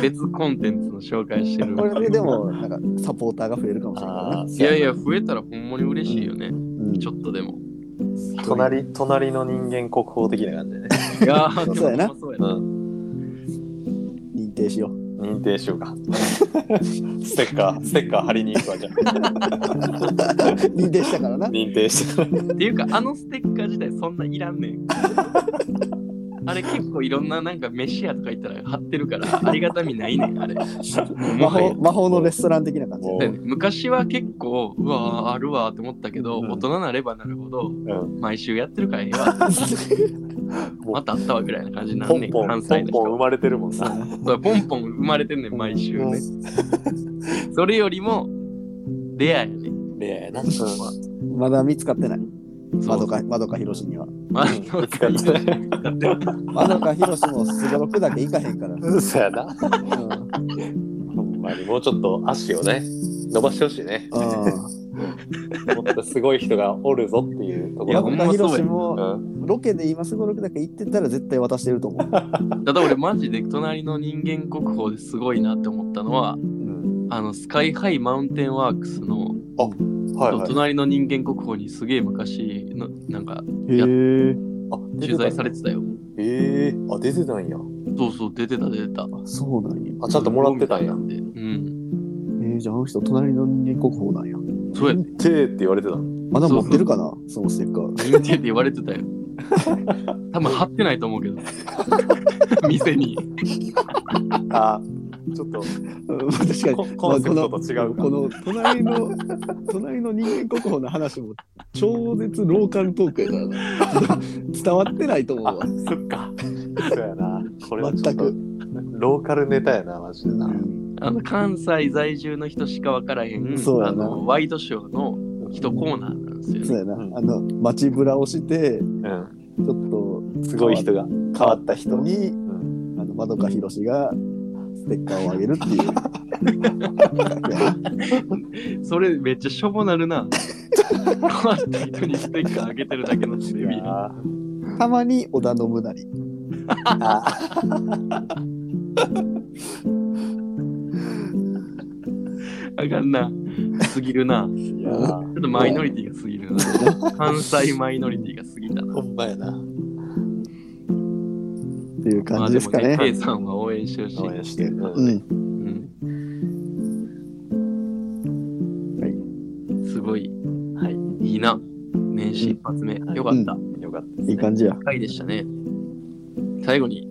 Speaker 2: 別コンテンツの紹介してる。
Speaker 1: これででもなんかサポーターが増えるかもしれんから
Speaker 3: あ
Speaker 1: な
Speaker 3: あ、い
Speaker 2: いやいや、増えたらほんまに嬉しいよね。
Speaker 1: うん
Speaker 2: ちょっとでも。
Speaker 3: 隣、隣の人間国宝的な感じでね。
Speaker 2: いやー、で
Speaker 1: そうやな
Speaker 2: もほんまそうやな。
Speaker 3: うん。
Speaker 1: 認定しよう
Speaker 3: 認定しようか。 (laughs) ステッカー、ステッカー貼りに行くわじゃん。
Speaker 1: 認定したからな
Speaker 3: 認定して。
Speaker 2: っていうか、あのステッカー自体そんないらんねん。あれ結構いろんななんか飯屋とか行ったら貼ってるから、ありがたみないねん、あれ。
Speaker 1: 魔
Speaker 2: もはや
Speaker 1: 法魔法のレストラン的な感じ
Speaker 3: も
Speaker 2: そうやね昔は結構、うわー、あるわーって思ったけど、
Speaker 3: うん
Speaker 2: 大人になればなるほど、
Speaker 3: ん
Speaker 2: 毎週やってるからええ
Speaker 1: (laughs)
Speaker 2: わ。またあったわぐらいな感じになん
Speaker 3: ポ
Speaker 2: ね
Speaker 3: ン
Speaker 2: ん、
Speaker 3: ポン、
Speaker 2: 関
Speaker 3: ポ
Speaker 2: 西
Speaker 3: ン
Speaker 2: の
Speaker 3: ポン生
Speaker 2: 人。
Speaker 3: まれてるもんさ。
Speaker 2: そうポンポン生まれてんねん、毎週ね。それよりも、レアやねん。
Speaker 3: レアやな。
Speaker 1: まだ見つかってない
Speaker 2: そう
Speaker 1: 窓か窓かひろしには
Speaker 2: まあ、
Speaker 3: うん
Speaker 2: そう
Speaker 3: 見つか
Speaker 2: か
Speaker 3: っ
Speaker 2: い
Speaker 3: て
Speaker 1: 窓かひろしもすごろくだけいかへんから、う
Speaker 3: うん、そうやな。
Speaker 1: んうん、
Speaker 3: ほんまにもうちょっと足をね、伸ばしてほしいね。もっとすごい人がおるぞっていうとこ
Speaker 2: や
Speaker 3: ろ
Speaker 2: ほ
Speaker 1: 窓
Speaker 2: ん
Speaker 1: か
Speaker 2: ま
Speaker 1: ひ
Speaker 2: そう
Speaker 1: ろ
Speaker 2: や
Speaker 1: し
Speaker 3: う
Speaker 1: も
Speaker 3: ん、
Speaker 1: ロケで今すごろくだけ行ってたら絶対渡してると思う、
Speaker 2: ただ俺マジで隣の人間国宝ですごいなって思ったのは
Speaker 3: うん
Speaker 2: あのスカイハイマウンテンワークスの
Speaker 3: はいはい。
Speaker 2: 隣の人間国宝にすげえ昔のなんか
Speaker 1: へえ
Speaker 3: あ、
Speaker 2: 取材さ
Speaker 3: れ
Speaker 2: れてたよ
Speaker 3: えー、あ、出てたんや。
Speaker 2: そうそう出てた出てた
Speaker 1: そうなんや、
Speaker 3: あ、ちゃんともらってたんや。
Speaker 2: うん
Speaker 1: えー、じゃああの人隣の人間国宝なんや
Speaker 2: そうやね。
Speaker 3: 「てー」って言われてたの
Speaker 1: まだ持ってるかなそのステッカー。
Speaker 2: 認定って言われてたよ。 (laughs) 多分貼ってないと思うけど。 (laughs) 店に。
Speaker 3: あちょっ
Speaker 1: う
Speaker 3: と
Speaker 1: ん確かに。
Speaker 3: ココンセプトと違うか
Speaker 1: この隣の隣の人間国宝の話も超絶ローカルトークやからな伝わってないと思
Speaker 3: あ
Speaker 1: うわ
Speaker 3: そっかそうやなこれはちょっと
Speaker 1: 全
Speaker 3: ローカルネタやなマジでな、
Speaker 2: あの関西在住の人しか分からへん、
Speaker 1: そう
Speaker 2: あ
Speaker 1: やな
Speaker 2: のワイドショーの一コーナーなんですよ
Speaker 1: そう
Speaker 2: ね。
Speaker 1: やな、
Speaker 3: うん
Speaker 1: あの街ぶらをして
Speaker 3: うん、
Speaker 1: ちょっ
Speaker 3: すごい人が
Speaker 1: と
Speaker 3: 変わった人
Speaker 1: 人に
Speaker 3: うん
Speaker 1: あの窓かひろしがステッカーをあげるっていう
Speaker 2: それめっちゃしょぼなるな。変わった人にステッカーあげてるだけのセ
Speaker 3: い
Speaker 2: ミ
Speaker 3: や。ー
Speaker 1: たまに織田信成
Speaker 3: あ
Speaker 2: あかんな。すぎるな。ち
Speaker 3: いやー
Speaker 2: ょっとマイノリティがすぎるな。関西マイノリティがすぎたな。
Speaker 3: ほんまやな
Speaker 1: っていう感じですかね,、
Speaker 2: まあでもね、K さんは応援してほしい
Speaker 3: 応。援してうん
Speaker 1: うん
Speaker 2: うん
Speaker 1: はい
Speaker 2: すごい。はい。いいな。年始一発目。
Speaker 3: ん
Speaker 2: よかった。
Speaker 3: よかった
Speaker 1: いい感じや
Speaker 2: 回でしたね。最後に、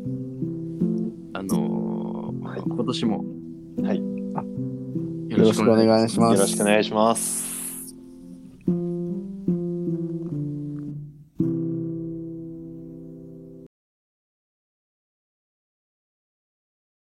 Speaker 2: あのー今年も、
Speaker 3: はい
Speaker 2: あよ
Speaker 1: よろしくお願いします
Speaker 3: よろしくお願いします